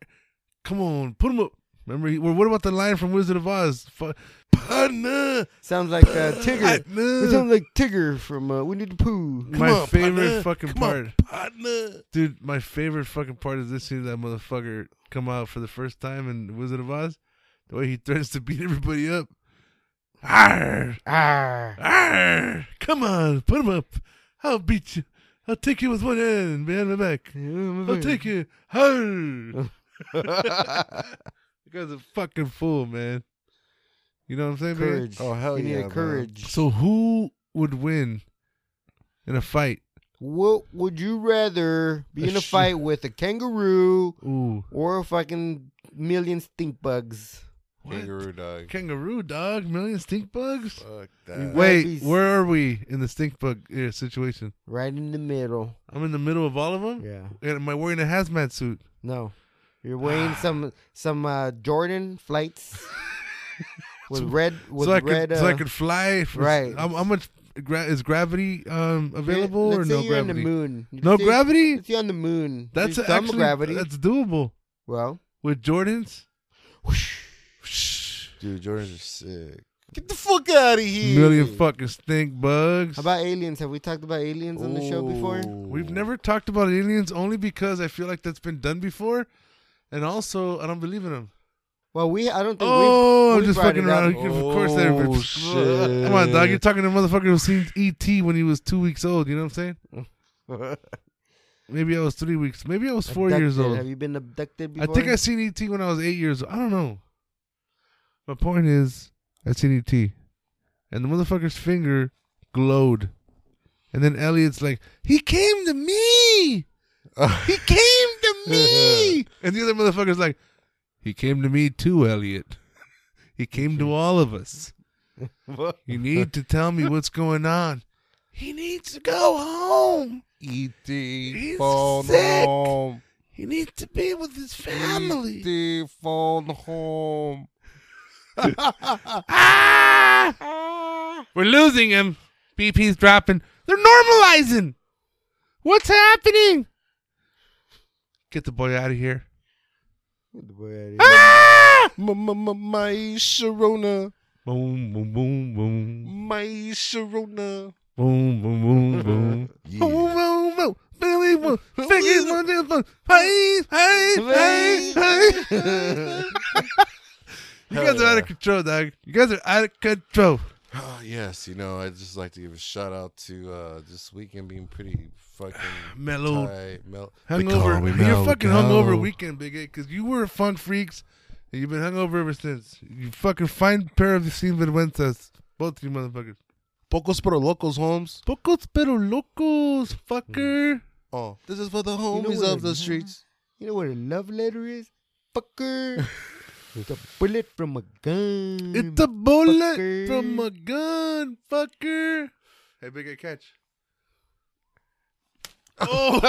Speaker 1: Come on, put him up. Remember, he, well, what about the lion from Wizard of Oz? Fu- Partner,
Speaker 2: Sounds like uh, Tigger.
Speaker 1: partner.
Speaker 2: It sounds like Tigger from uh, Winnie the Pooh.
Speaker 1: My favorite fucking part,
Speaker 3: partner.
Speaker 1: dude. My favorite fucking part is this seeing that motherfucker come out for the first time in Wizard of Oz. The way he threatens to beat everybody up. Arr,
Speaker 2: Ah.
Speaker 1: arr, come on, put him up. I'll beat you. I'll take you with one hand behind my back. I'll
Speaker 2: Hmm.
Speaker 1: take you. Arr. You guy's a fucking fool, man. You know what I'm saying, man?
Speaker 2: Courage.
Speaker 3: Oh, hell
Speaker 2: you
Speaker 3: yeah,
Speaker 2: need
Speaker 3: man.
Speaker 2: a courage.
Speaker 1: So who would win in a fight?
Speaker 2: What would you rather be
Speaker 1: A
Speaker 2: in a
Speaker 1: sh-
Speaker 2: fight with a kangaroo
Speaker 1: Ooh,
Speaker 2: or a fucking million stink bugs?
Speaker 1: what?
Speaker 3: Kangaroo dog.
Speaker 1: Kangaroo dog, million stink bugs.
Speaker 2: Uh,
Speaker 3: Fuck
Speaker 1: You-
Speaker 3: that.
Speaker 1: Wait,
Speaker 2: Zombies.
Speaker 1: where are we in the stink bug uh, situation?
Speaker 2: Right in the middle.
Speaker 1: I'm in the middle of all of them.
Speaker 2: Yeah.
Speaker 1: And am I wearing a hazmat suit?
Speaker 2: No. You're
Speaker 1: Ah.
Speaker 2: wearing some some uh, Jordan flights with red with
Speaker 1: so I
Speaker 2: red
Speaker 1: could
Speaker 2: uh,
Speaker 1: so I could fly. For,
Speaker 2: right.
Speaker 1: How, how much gra- is gravity um, available
Speaker 2: Let's
Speaker 1: or
Speaker 2: say
Speaker 1: no
Speaker 2: you're
Speaker 1: gravity?
Speaker 2: in the moon.
Speaker 1: No
Speaker 2: Let's say-
Speaker 1: gravity.
Speaker 2: Let's say on the moon.
Speaker 1: That's
Speaker 2: There's some
Speaker 1: actually
Speaker 2: gravity.
Speaker 1: that's doable
Speaker 2: Well,
Speaker 1: with Jordans.
Speaker 3: Dude, Jordans are sick. Get the fuck out of here.
Speaker 1: Million fucking stink bugs.
Speaker 2: how about aliens? Have we talked about aliens on the show before?
Speaker 3: Ooh.
Speaker 1: We've never talked about aliens only because I feel like that's been done before, and also I don't believe in them.
Speaker 2: Well, we I don't think
Speaker 1: Oh,
Speaker 2: we've,
Speaker 1: I'm
Speaker 2: we
Speaker 1: just
Speaker 2: brought
Speaker 1: fucking
Speaker 2: it up.
Speaker 1: around. of course, they're.
Speaker 3: Oh, shit.
Speaker 1: Come on, dog. You're talking to a motherfucker who seen E.T. when he was two weeks old. You know what I'm saying? Maybe I was three weeks. Maybe I was Oh, four years
Speaker 2: Abducted.
Speaker 1: old.
Speaker 2: Have you been abducted
Speaker 1: I
Speaker 2: before?
Speaker 1: think I seen E.T. when I was eight years old. I don't know. My point is, I seen E.T. And the motherfucker's finger glowed. And then Elliot's like, he came to me. He came to me. and the other motherfucker's like, he came to me too, Elliot. He came to all of us. You need to tell me what's going on. He needs to go home.
Speaker 3: E.T.
Speaker 1: He's
Speaker 3: E phone
Speaker 1: sick.
Speaker 3: home.
Speaker 1: He needs to be with his family.
Speaker 3: E.T. phone home.
Speaker 1: Ah! We're losing him. BP's dropping. They're normalizing. What's happening? Get the boy out of here.
Speaker 2: Get the boy out of here.
Speaker 1: Ah!
Speaker 3: My Sharona.
Speaker 1: Boom, boom, boom, boom.
Speaker 3: My Sharona.
Speaker 1: Boom, boom, boom, boom.
Speaker 3: Yeah.
Speaker 1: Boom, boom, boom. Billy, boom. Fingers, one, two, one. Hey, hey, hey, hey. You guys are out of control, dog. You guys are out of control.
Speaker 3: Oh, yes, you know, I'd just like to give a shout out to uh, this weekend being pretty fucking
Speaker 1: Mellow.
Speaker 3: tight. Mel-
Speaker 1: Hungover.
Speaker 3: Because we
Speaker 1: You're
Speaker 3: mellow
Speaker 1: fucking
Speaker 3: down.
Speaker 1: hungover weekend, big because you were fun freaks and you've been hungover ever since. You fucking fine pair of the sin vergüenzas. Both of you motherfuckers.
Speaker 3: Pocos pero locos, Holmes.
Speaker 1: Pocos pero locos, fucker.
Speaker 3: Oh, this is for the
Speaker 2: You know
Speaker 3: homies
Speaker 2: what
Speaker 3: of
Speaker 2: I-
Speaker 3: the streets.
Speaker 2: You know what a love letter is? Fucker. it's a bullet from a gun.
Speaker 1: It's a bullet
Speaker 2: Fucker.
Speaker 1: from a gun, fucker. Hey, big A, catch. Oh,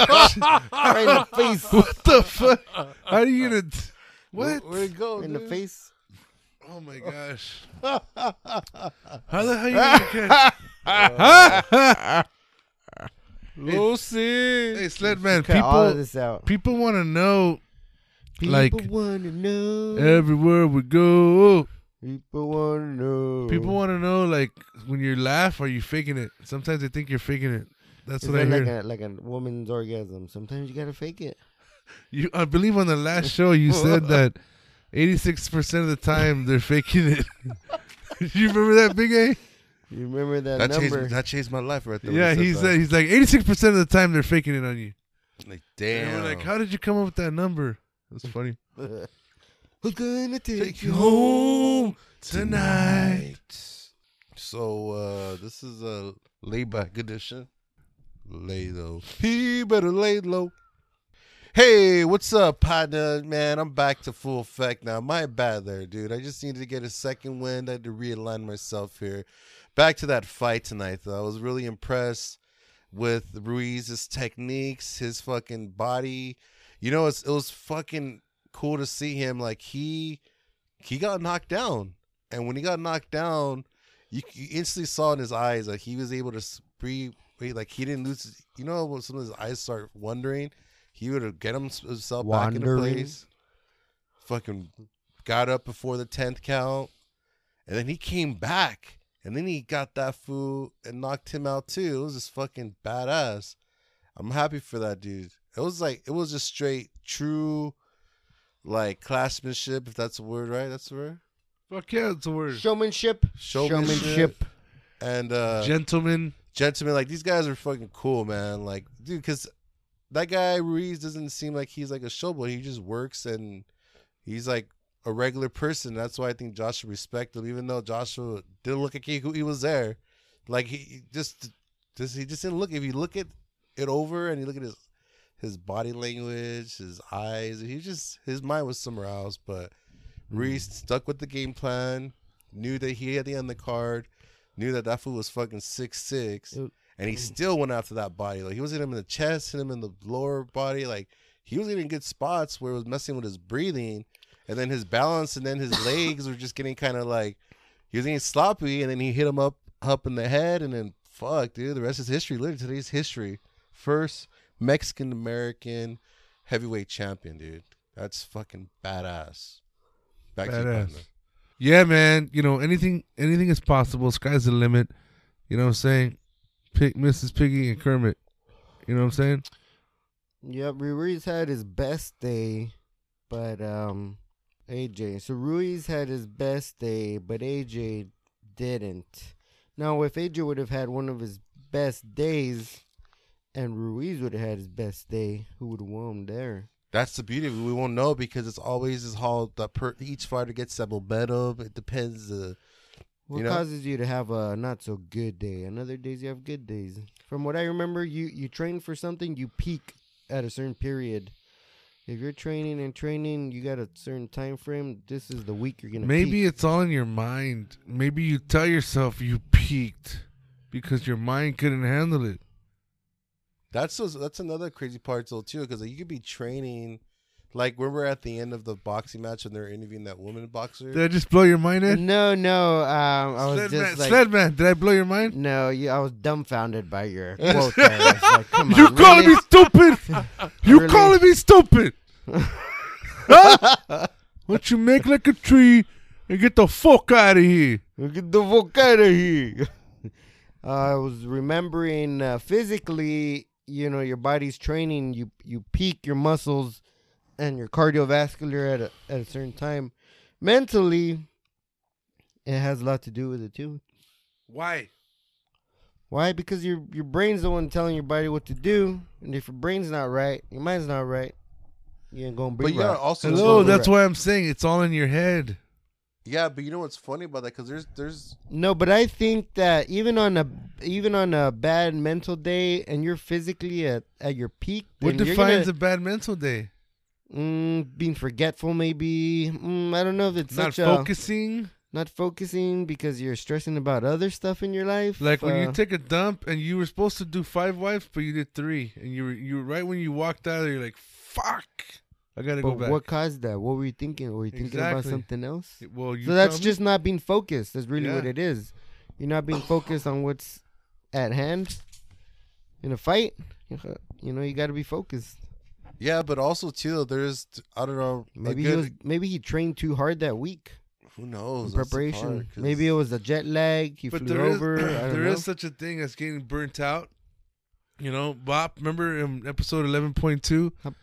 Speaker 2: right in the face.
Speaker 1: what the fuck? How are you gonna? t- what?
Speaker 3: Where it go?
Speaker 2: in the
Speaker 3: dude?
Speaker 2: face.
Speaker 1: Oh my gosh. How the hell you gonna catch?
Speaker 3: Lucy.
Speaker 1: hey, sled man,
Speaker 2: Cut all of
Speaker 1: people,
Speaker 2: this out.
Speaker 1: people want to know like-
Speaker 2: people wanna know.
Speaker 1: everywhere we go.
Speaker 2: people wanna know.
Speaker 1: People want to know like when you laugh, are you faking it? Sometimes they think you're faking it. That's
Speaker 2: It's
Speaker 1: what I
Speaker 2: not
Speaker 1: hear.
Speaker 2: like a like a woman's orgasm. Sometimes you gotta fake it.
Speaker 1: You, I believe on the last show you said that eighty-six percent of the time they're faking it. you remember that, Big A?
Speaker 2: You remember that,
Speaker 3: That changed,
Speaker 2: number?
Speaker 3: that changed my life right there. when
Speaker 1: yeah, he
Speaker 3: that.
Speaker 1: said he's like eighty-six percent of the time they're faking it on you.
Speaker 3: Like,
Speaker 1: And
Speaker 3: damn.
Speaker 1: we're like, how did you come up with that number? That's funny.
Speaker 2: Who's gonna take,
Speaker 3: Take
Speaker 2: you
Speaker 3: you
Speaker 2: home?
Speaker 3: home tonight. So uh, this is a layback edition. Lay low. He better lay low. Hey, what's up, partner? Man, I'm back to full effect now. My bad there, dude. I just needed to get a second wind. I had to realign myself here. Back to that fight tonight, though. I was really impressed with Ruiz's techniques, his fucking body. You know, it's, it was fucking cool to see him. Like he he got knocked down, and when he got knocked down, you, you instantly saw in his eyes that he was able to s- pre wait, like he didn't lose. his- You know, when some of his eyes start wandering, he would get him- himself back into
Speaker 2: Wandering.
Speaker 3: place. Fucking got up before the tenth count, and then he came back, and then he got that fool and knocked him out too. It was just fucking badass. I'm happy for that dude. It was like it was just straight true like craftsmanship, if that's a word, right? That's the word.
Speaker 1: Fuck yeah, it's a word.
Speaker 2: Showmanship.
Speaker 3: Showmanship. And uh
Speaker 1: Gentlemen,
Speaker 3: gentlemen, like these guys are fucking cool, man. Like, dude, because that guy Ruiz doesn't seem like he's like a showboy. He just works and he's like a regular person. That's why I think Josh should respect him, even though Joshua didn't look like he, he was there. Like he- he just, just he just didn't look. If you look at it over and you look at his his body language, his eyes, he just his mind was somewhere else. But Ruiz stuck with the game plan. Knew that he had the end of the card. Knew that that fool was fucking six six,
Speaker 2: It-
Speaker 3: and he still went after that body. Like he was hitting him in the chest, hit him in the lower body. Like he was getting good spots where it was messing with his breathing, and then his balance, and then his legs were just getting kind of like he was getting sloppy, and then he hit him up up in the head, and then fuck, dude, the rest is history. Literally, today's history. First Mexican American heavyweight champion, dude. That's fucking badass. Back to you,
Speaker 1: Badass.
Speaker 3: partner.
Speaker 1: yeah, man. You know anything, anything is possible. Sky's the limit. You know what I'm saying? Pick Mrs. Piggy and Kermit. You know what I'm saying?
Speaker 2: Yep, Ruiz had his best day, but um, AJ. So Ruiz had his best day, but AJ didn't. Now, if AJ would have had one of his best days, and Ruiz would have had his best day, who would have won there?
Speaker 3: That's the beauty of it. We won't know because it's always is how the per, each fighter gets that momentum. It depends. Uh,
Speaker 2: What
Speaker 3: You know-
Speaker 2: causes you to have a not so good day? And other days you have good days. From what I remember, you you train for something, you peak at a certain period. If you're training and training, you got a certain time frame. This is the week you're gonna.
Speaker 1: Maybe
Speaker 2: peak.
Speaker 1: it's all in your mind. Maybe you tell yourself you peaked because your mind couldn't handle it.
Speaker 3: that's so, that's another crazy part though too because like, you could be training Like when we're at the end of the boxing match and they're interviewing that woman boxer.
Speaker 1: Did I just blow your mind in?
Speaker 2: No, no. Um, I was
Speaker 1: Sled man,
Speaker 2: just like,
Speaker 1: Sled man, did I blow your mind?
Speaker 2: no. You, I was dumbfounded by your quote. There. I was like, come on,
Speaker 1: You calling
Speaker 2: really?
Speaker 1: me stupid? you
Speaker 2: Really?
Speaker 1: calling me stupid? huh? What you make like a tree and get the fuck out of here?
Speaker 2: Get the fuck out of here. I was remembering uh, physically, you know, your body's training. You you peak your muscles and your cardiovascular at a, at a certain time. Mentally, it has a lot to do with it too.
Speaker 1: Why?
Speaker 2: Why? Because your your brain's the one telling your body what to do, and if your brain's not right, your mind's not right. You ain't gonna
Speaker 3: but
Speaker 2: be
Speaker 3: you gotta
Speaker 2: right. oh,
Speaker 3: also
Speaker 1: Hello,
Speaker 2: Right.
Speaker 1: that's why I'm saying it's all in your head.
Speaker 3: yeah. But you know what's funny about that? Because there's there's
Speaker 2: No, but I think that even on a even on a bad mental day, and you're physically at at your peak,
Speaker 1: What
Speaker 2: then you're
Speaker 1: defines
Speaker 2: gonna-
Speaker 1: a bad mental day?
Speaker 2: mm, being forgetful? Maybe mm, I don't know if it's
Speaker 1: Not
Speaker 2: such
Speaker 1: focusing.
Speaker 2: a not focusing because you're stressing about other stuff in your life.
Speaker 1: Like when you
Speaker 2: uh,
Speaker 1: take a dump and you were supposed to do five wipes, but you did three, and you were you were right when you walked out, you're like, "Fuck, I gotta go
Speaker 2: but
Speaker 1: back."
Speaker 2: what caused that? What were you thinking? Were you thinking about
Speaker 1: Exactly.
Speaker 2: something else?
Speaker 1: Well, you
Speaker 2: so that's
Speaker 1: tell me.
Speaker 2: just not being focused. That's really what
Speaker 1: Yeah.
Speaker 2: it is. You're not being focused on what's at hand. In a fight, you know, you got to be focused.
Speaker 3: yeah, but also too. There's I don't know. a
Speaker 2: Maybe he
Speaker 3: good-
Speaker 2: was. Maybe he trained too hard that week
Speaker 3: who knows that's
Speaker 2: in
Speaker 3: the
Speaker 2: preparation.
Speaker 3: part, 'cause-
Speaker 2: maybe it was a jet lag. He
Speaker 1: but
Speaker 2: flew
Speaker 1: there is
Speaker 2: over. I don't
Speaker 1: there
Speaker 2: know.
Speaker 1: is such a thing as getting burnt out. You know, Bob. Remember in episode eleven point two,
Speaker 2: Yep.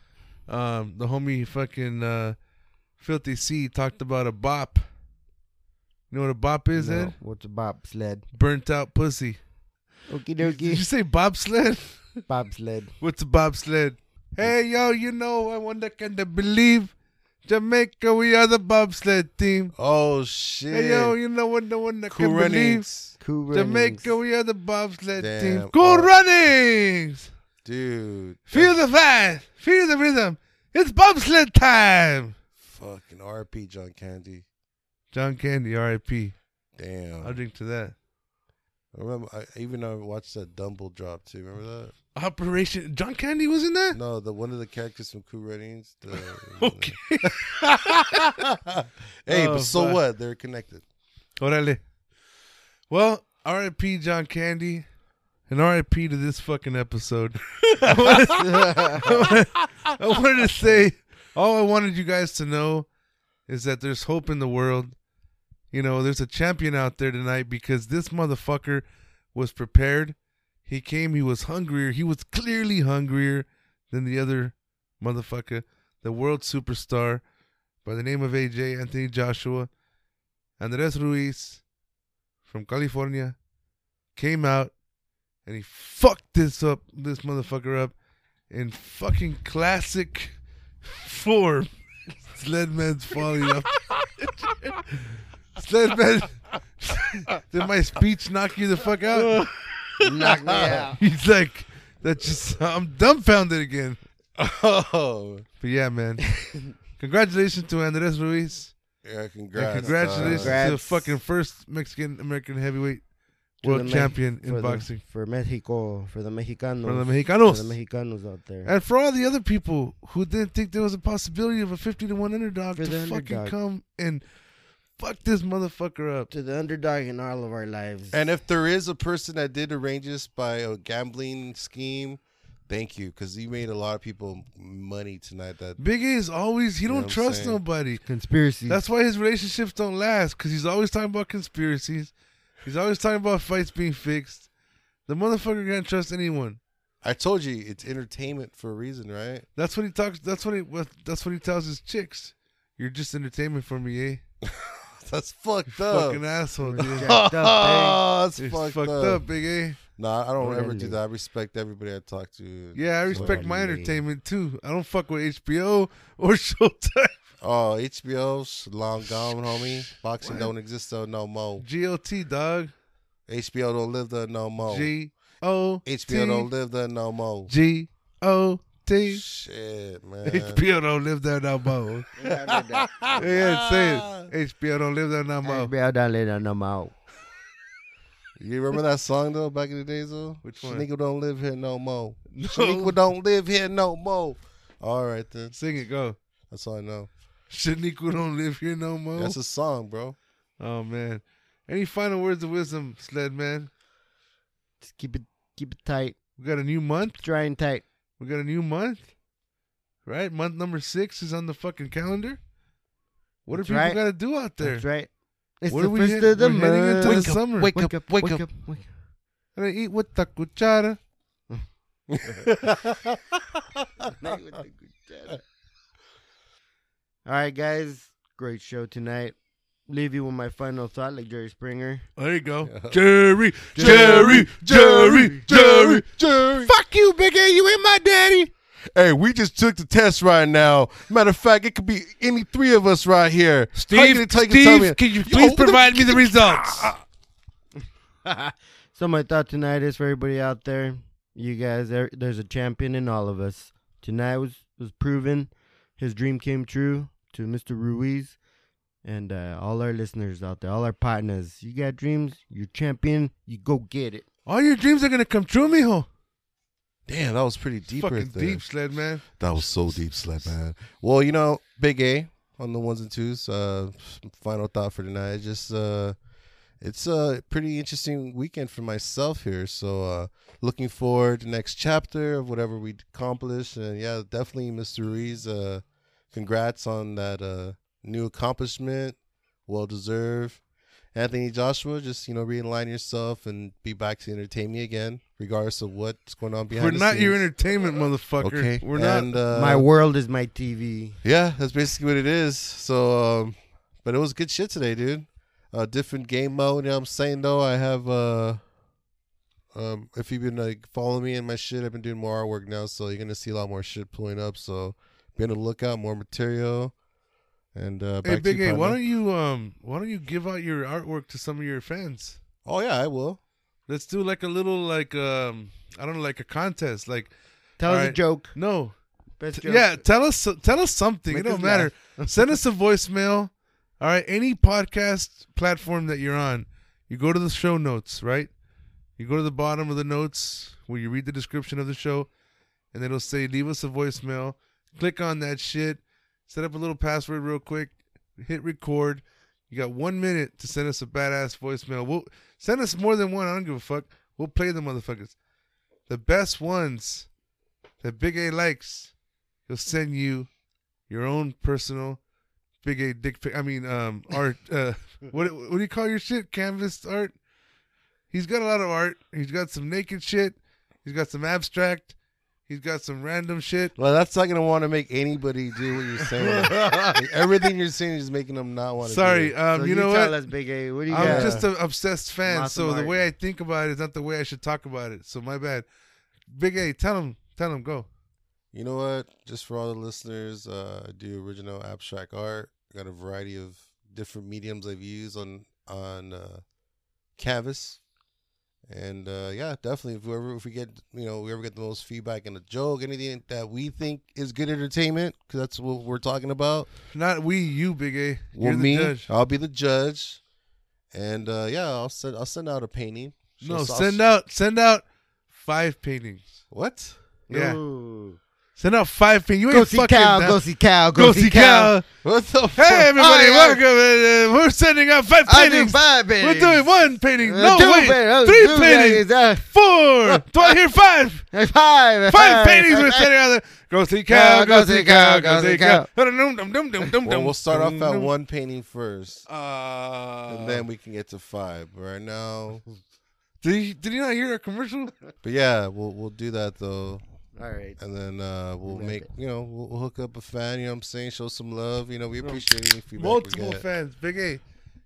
Speaker 1: um, the homie fucking uh, filthy C talked about a bop. You know what a bop is?
Speaker 2: no,
Speaker 1: Ed?
Speaker 2: what's a bobsled?
Speaker 1: burnt out pussy.
Speaker 2: Okie
Speaker 1: Did you
Speaker 2: dokie,
Speaker 1: say bobsled?
Speaker 2: bobsled.
Speaker 1: What's a bobsled? Hey, yo, you know, I wonder can they believe Jamaica, we are the bobsled team.
Speaker 3: Oh shit!
Speaker 1: Hey, yo, you know, wonder, wonder
Speaker 3: cool
Speaker 1: can believe
Speaker 3: runnings,
Speaker 2: Cool runnings.
Speaker 1: Jamaica, we are the bobsled team.
Speaker 3: Damn.
Speaker 1: Go
Speaker 3: Oh.
Speaker 1: runnings!
Speaker 3: dude.
Speaker 1: Feel the vibe, feel the rhythm. It's bobsled time.
Speaker 3: fucking RP John Candy.
Speaker 1: John Candy, R.I.P.
Speaker 3: Damn. I,
Speaker 1: I'll drink to that.
Speaker 3: remember. I even I watched that Dumble drop too. Remember
Speaker 1: Operation John Candy was in
Speaker 3: that?
Speaker 1: that.
Speaker 3: No, the one of the characters from Cool Runnings. The,
Speaker 1: Okay.
Speaker 3: hey,
Speaker 1: Oh,
Speaker 3: but so
Speaker 1: fuck.
Speaker 3: what? They're connected.
Speaker 1: Orale. Well, R.I.P. John Candy, and R.I.P. to this fucking episode. I wanted- I wanted to say all I wanted you guys to know is that there's hope in the world. You know, there's a champion out there tonight because this motherfucker was prepared. He came, he was hungrier. He was clearly hungrier than the other motherfucker, the world superstar by the name of AJ Anthony Joshua. Andres Ruiz from California came out and he fucked this up, this motherfucker up in fucking classic form. Sledman's falling off. Sledman, did my speech knock you the fuck out?
Speaker 2: Knock me out.
Speaker 1: He's like, that just, I'm dumbfounded again.
Speaker 3: Oh,
Speaker 1: But yeah, man. Congratulations to Andres Ruiz.
Speaker 3: yeah. Congrats.
Speaker 1: And congratulations to the
Speaker 2: Congrats.
Speaker 1: fucking first Mexican American heavyweight
Speaker 2: To
Speaker 1: world
Speaker 2: the Me-
Speaker 1: champion
Speaker 2: for
Speaker 1: in
Speaker 2: the-
Speaker 1: boxing
Speaker 2: for Mexico, for the Mexicanos,
Speaker 1: for the
Speaker 2: for the
Speaker 1: Mexicanos.
Speaker 2: Mexicanos out there.
Speaker 1: And for all the other people who didn't think there was a possibility of a 50 to 1 underdog
Speaker 2: For
Speaker 1: to
Speaker 2: the
Speaker 1: fucking
Speaker 2: underdog.
Speaker 1: come and fuck this motherfucker up.
Speaker 2: to the underdog in all of our lives.
Speaker 3: And if there is a person that did arrange this by a gambling scheme, thank you because you made a lot of people money tonight. That
Speaker 1: Big E is always, he
Speaker 3: know
Speaker 1: don't
Speaker 3: what I'm
Speaker 1: trust
Speaker 3: saying?
Speaker 1: nobody.
Speaker 2: conspiracy.
Speaker 1: That's why his relationships don't last because he's always talking about conspiracies. He's always talking about fights being fixed. The motherfucker can't trust anyone.
Speaker 3: I told you, it's entertainment for a reason, right?
Speaker 1: That's what he talks. That's what he. what- That's what he tells his chicks. You're just entertainment for me, eh?
Speaker 3: That's fucked up.
Speaker 1: Fucking asshole, dude.
Speaker 2: Jacked up,
Speaker 3: Oh, that's
Speaker 1: It's
Speaker 3: fucked,
Speaker 1: fucked,
Speaker 3: up.
Speaker 1: up. Big A.
Speaker 3: No, I don't ever do
Speaker 2: Really?
Speaker 3: that. I respect everybody I talk to.
Speaker 1: Yeah, I respect my
Speaker 2: Totally.
Speaker 1: entertainment too. I don't fuck with HBO or Showtime,
Speaker 3: Oh, HBO's long gone, homie. Boxing don't exist though no more.
Speaker 1: GLT, dog.
Speaker 3: HBO don't live there no more.
Speaker 1: G O
Speaker 3: HBO don't live there no more.
Speaker 1: G O T.
Speaker 3: Shit, man.
Speaker 1: HBO don't live there no more.
Speaker 2: eh? babe.
Speaker 1: yeah, say it. HBO don't live there no more.
Speaker 2: I'll down later, and I'm out.
Speaker 3: You remember that song though back in the days though?
Speaker 1: Which one?
Speaker 3: Sneaker don't live here no more.
Speaker 1: No.
Speaker 3: Sneaker don't live here no more. All right then.
Speaker 1: Sing it, go.
Speaker 3: That's all I know.
Speaker 1: Shaniqua don't live here no more.
Speaker 3: That's a song, bro.
Speaker 1: oh man. Any final words of wisdom, Sled Man?
Speaker 2: Just keep it keep it tight,
Speaker 1: We got a new month.
Speaker 2: dry and tight.
Speaker 1: We got a new month. Right? Month number six is on the fucking calendar. What
Speaker 2: That's
Speaker 1: do people
Speaker 2: right.
Speaker 1: gotta do out there?
Speaker 2: That's right. It's
Speaker 1: What
Speaker 2: the
Speaker 1: are we
Speaker 2: first
Speaker 1: hit-
Speaker 2: of the
Speaker 1: we're heading into
Speaker 2: month.
Speaker 1: the summer.
Speaker 3: Wake,
Speaker 2: wake up, wake up, wake up.
Speaker 1: Gonna eat with the cuchara.
Speaker 2: Night with the Gujara. All right, guys. Great show tonight. Leave you with my final thought, like Jerry Springer.
Speaker 1: There you go.
Speaker 3: Yeah.
Speaker 1: Jerry, Jerry, Jerry, Jerry.
Speaker 3: Jerry.
Speaker 1: Fuck you, Big A. You ain't my daddy.
Speaker 3: Hey, we just took the test right now. Matter of fact, it could be any three of us right here. How you
Speaker 1: Steve,
Speaker 3: gonna take and tell me-
Speaker 1: Steve, can you
Speaker 3: Yo,
Speaker 1: please
Speaker 3: what the-
Speaker 1: provide me the results?
Speaker 2: so my thought tonight is for everybody out there, you guys. There, there's a champion in all of us. Tonight was was proven. His dream came true to Mr. Ruiz, and uh, all our listeners out there, all our partners. You got dreams. You're champion. You go get it.
Speaker 1: All your dreams are gonna come true, mijo.
Speaker 3: Damn, that was pretty deep
Speaker 1: Fucking
Speaker 3: right there.
Speaker 1: deep, Sled Man.
Speaker 3: That was so deep, slap man. Well, you know, Big A on the ones and twos. Uh, final thought for tonight. It's Just uh, it's a pretty interesting weekend for myself here. So uh, looking forward to next chapter of whatever we accomplish. And yeah, definitely, Mr. Ruiz. Uh, congrats on that uh new accomplishment. Well deserved. Anthony Joshua, just you know, realign yourself and be back to entertain me again, regardless of what's going on behind.
Speaker 1: We're
Speaker 3: the
Speaker 1: not your
Speaker 3: scenes.
Speaker 1: entertainment, motherfucker.
Speaker 3: Okay,
Speaker 1: We're not.
Speaker 3: and, Uh,
Speaker 2: my world is my TV.
Speaker 3: yeah, that's basically what it is. So, um, but it was good shit today, dude. Uh, different game mode. You know what I'm saying though, I have. Uh, um, if you've been like following me and my shit, I've been doing more artwork now, so you're gonna see a lot more shit pulling up. So, be on the lookout, more material. And uh, back
Speaker 1: Hey,
Speaker 3: to
Speaker 1: Big
Speaker 3: you,
Speaker 1: A, why
Speaker 3: partner.
Speaker 1: don't you um, why don't you give out your artwork to some of your fans?
Speaker 3: Oh yeah, I will.
Speaker 1: Let's do like a little like um, I don't know, like a contest. Like
Speaker 2: Tell
Speaker 1: All
Speaker 2: us a
Speaker 1: right.
Speaker 2: joke.
Speaker 1: no,
Speaker 2: Best
Speaker 1: T-
Speaker 2: joke.
Speaker 1: yeah, tell us tell us something.
Speaker 2: Make
Speaker 1: it
Speaker 2: us
Speaker 1: don't matter. Send us a voicemail. All right, any podcast platform that you're on, you go to the show notes, right? You go to the bottom of the notes where you read the description of the show, and it'll say leave us a voicemail. Click on that shit. Set up a little password real quick. Hit record. You got one minute to send us a badass voicemail. We'll send us more than one. I don't give a fuck. We'll play the motherfuckers. The best ones that Big A likes, he'll send you your own personal Big A dick pic. I mean, um, art. Uh, what what do you call your shit? Canvas art. He's got a lot of art. He's got some naked shit. He's got some abstract. He's got some random shit.
Speaker 3: Well, that's not gonna want to make anybody do what you're saying. Like, everything you're saying is making them not want to.
Speaker 1: Sorry,
Speaker 3: do it.
Speaker 1: um,
Speaker 2: So
Speaker 1: you know
Speaker 2: tell
Speaker 1: what?
Speaker 2: us, Big A. What do you
Speaker 1: I'm
Speaker 2: got?
Speaker 1: just an obsessed fan,
Speaker 2: Lots
Speaker 1: so
Speaker 2: of
Speaker 1: the
Speaker 2: art.
Speaker 1: way I think about it is not the way I should talk about it. So my bad. Big A, tell him, tell him, go.
Speaker 3: You know what? Just for all the listeners, uh, I do original abstract art. I got a variety of different mediums I've used on on uh, canvas, and uh, yeah, definitely. If whoever if we get you know whoever get the most feedback and a joke, anything that we think is good entertainment, because that's what we're talking about.
Speaker 1: Not we, you, Big A. You're
Speaker 3: Well,
Speaker 1: the
Speaker 3: me, Oh,
Speaker 1: judge.
Speaker 3: I'll be the judge, and uh, yeah, I'll send I'll send out a painting.
Speaker 1: No,
Speaker 3: I'll- I'll-
Speaker 1: send out, send out five paintings.
Speaker 3: what?
Speaker 1: Yeah,
Speaker 2: Ooh.
Speaker 1: send out five paintings. You ain't
Speaker 2: Go see
Speaker 1: fucking
Speaker 2: cow.
Speaker 1: down-
Speaker 2: Go see cow.
Speaker 1: Go see cow.
Speaker 3: What the?
Speaker 1: Hey everybody,
Speaker 2: Aye, aye.
Speaker 1: welcome. uh, we're sending out five
Speaker 2: I do
Speaker 1: paintings.
Speaker 2: five
Speaker 1: We're
Speaker 2: paintings.
Speaker 1: doing one painting.
Speaker 2: Uh,
Speaker 1: No
Speaker 2: two
Speaker 1: wait,
Speaker 2: paintings.
Speaker 1: three
Speaker 2: Two
Speaker 1: paintings.
Speaker 2: uh,
Speaker 1: Four. Do I hear five?
Speaker 2: Five. Five, uh,
Speaker 1: Five paintings we're sending out there. Go see cow. Go see cow. Go see cow. Dum dum dum dum dum
Speaker 3: Well,
Speaker 1: dum.
Speaker 3: we'll start off at
Speaker 1: Dum,
Speaker 3: one painting first.
Speaker 1: Uh,
Speaker 3: and then we can get to five right now.
Speaker 1: did you, did you not hear a commercial?
Speaker 3: But yeah, we'll we'll do that though,
Speaker 2: All right.
Speaker 3: and then uh, we'll
Speaker 2: Love
Speaker 3: make
Speaker 2: it.
Speaker 3: you know we'll, we'll hook up a fan. You know what I'm saying? Show some love. You know we appreciate any feedback. we
Speaker 1: Multiple
Speaker 3: get.
Speaker 1: fans. Big A,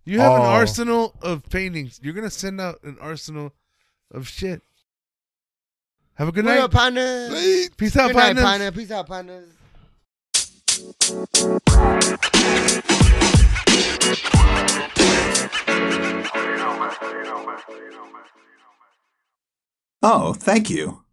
Speaker 1: you have an
Speaker 3: Oh.
Speaker 1: arsenal of paintings. You're gonna send out an arsenal of shit. Have a good
Speaker 2: What
Speaker 1: night.
Speaker 2: up, partners?
Speaker 1: Peace out,
Speaker 2: Good night,
Speaker 1: partners.
Speaker 2: partner. Peace out, partners.
Speaker 4: Oh, thank you.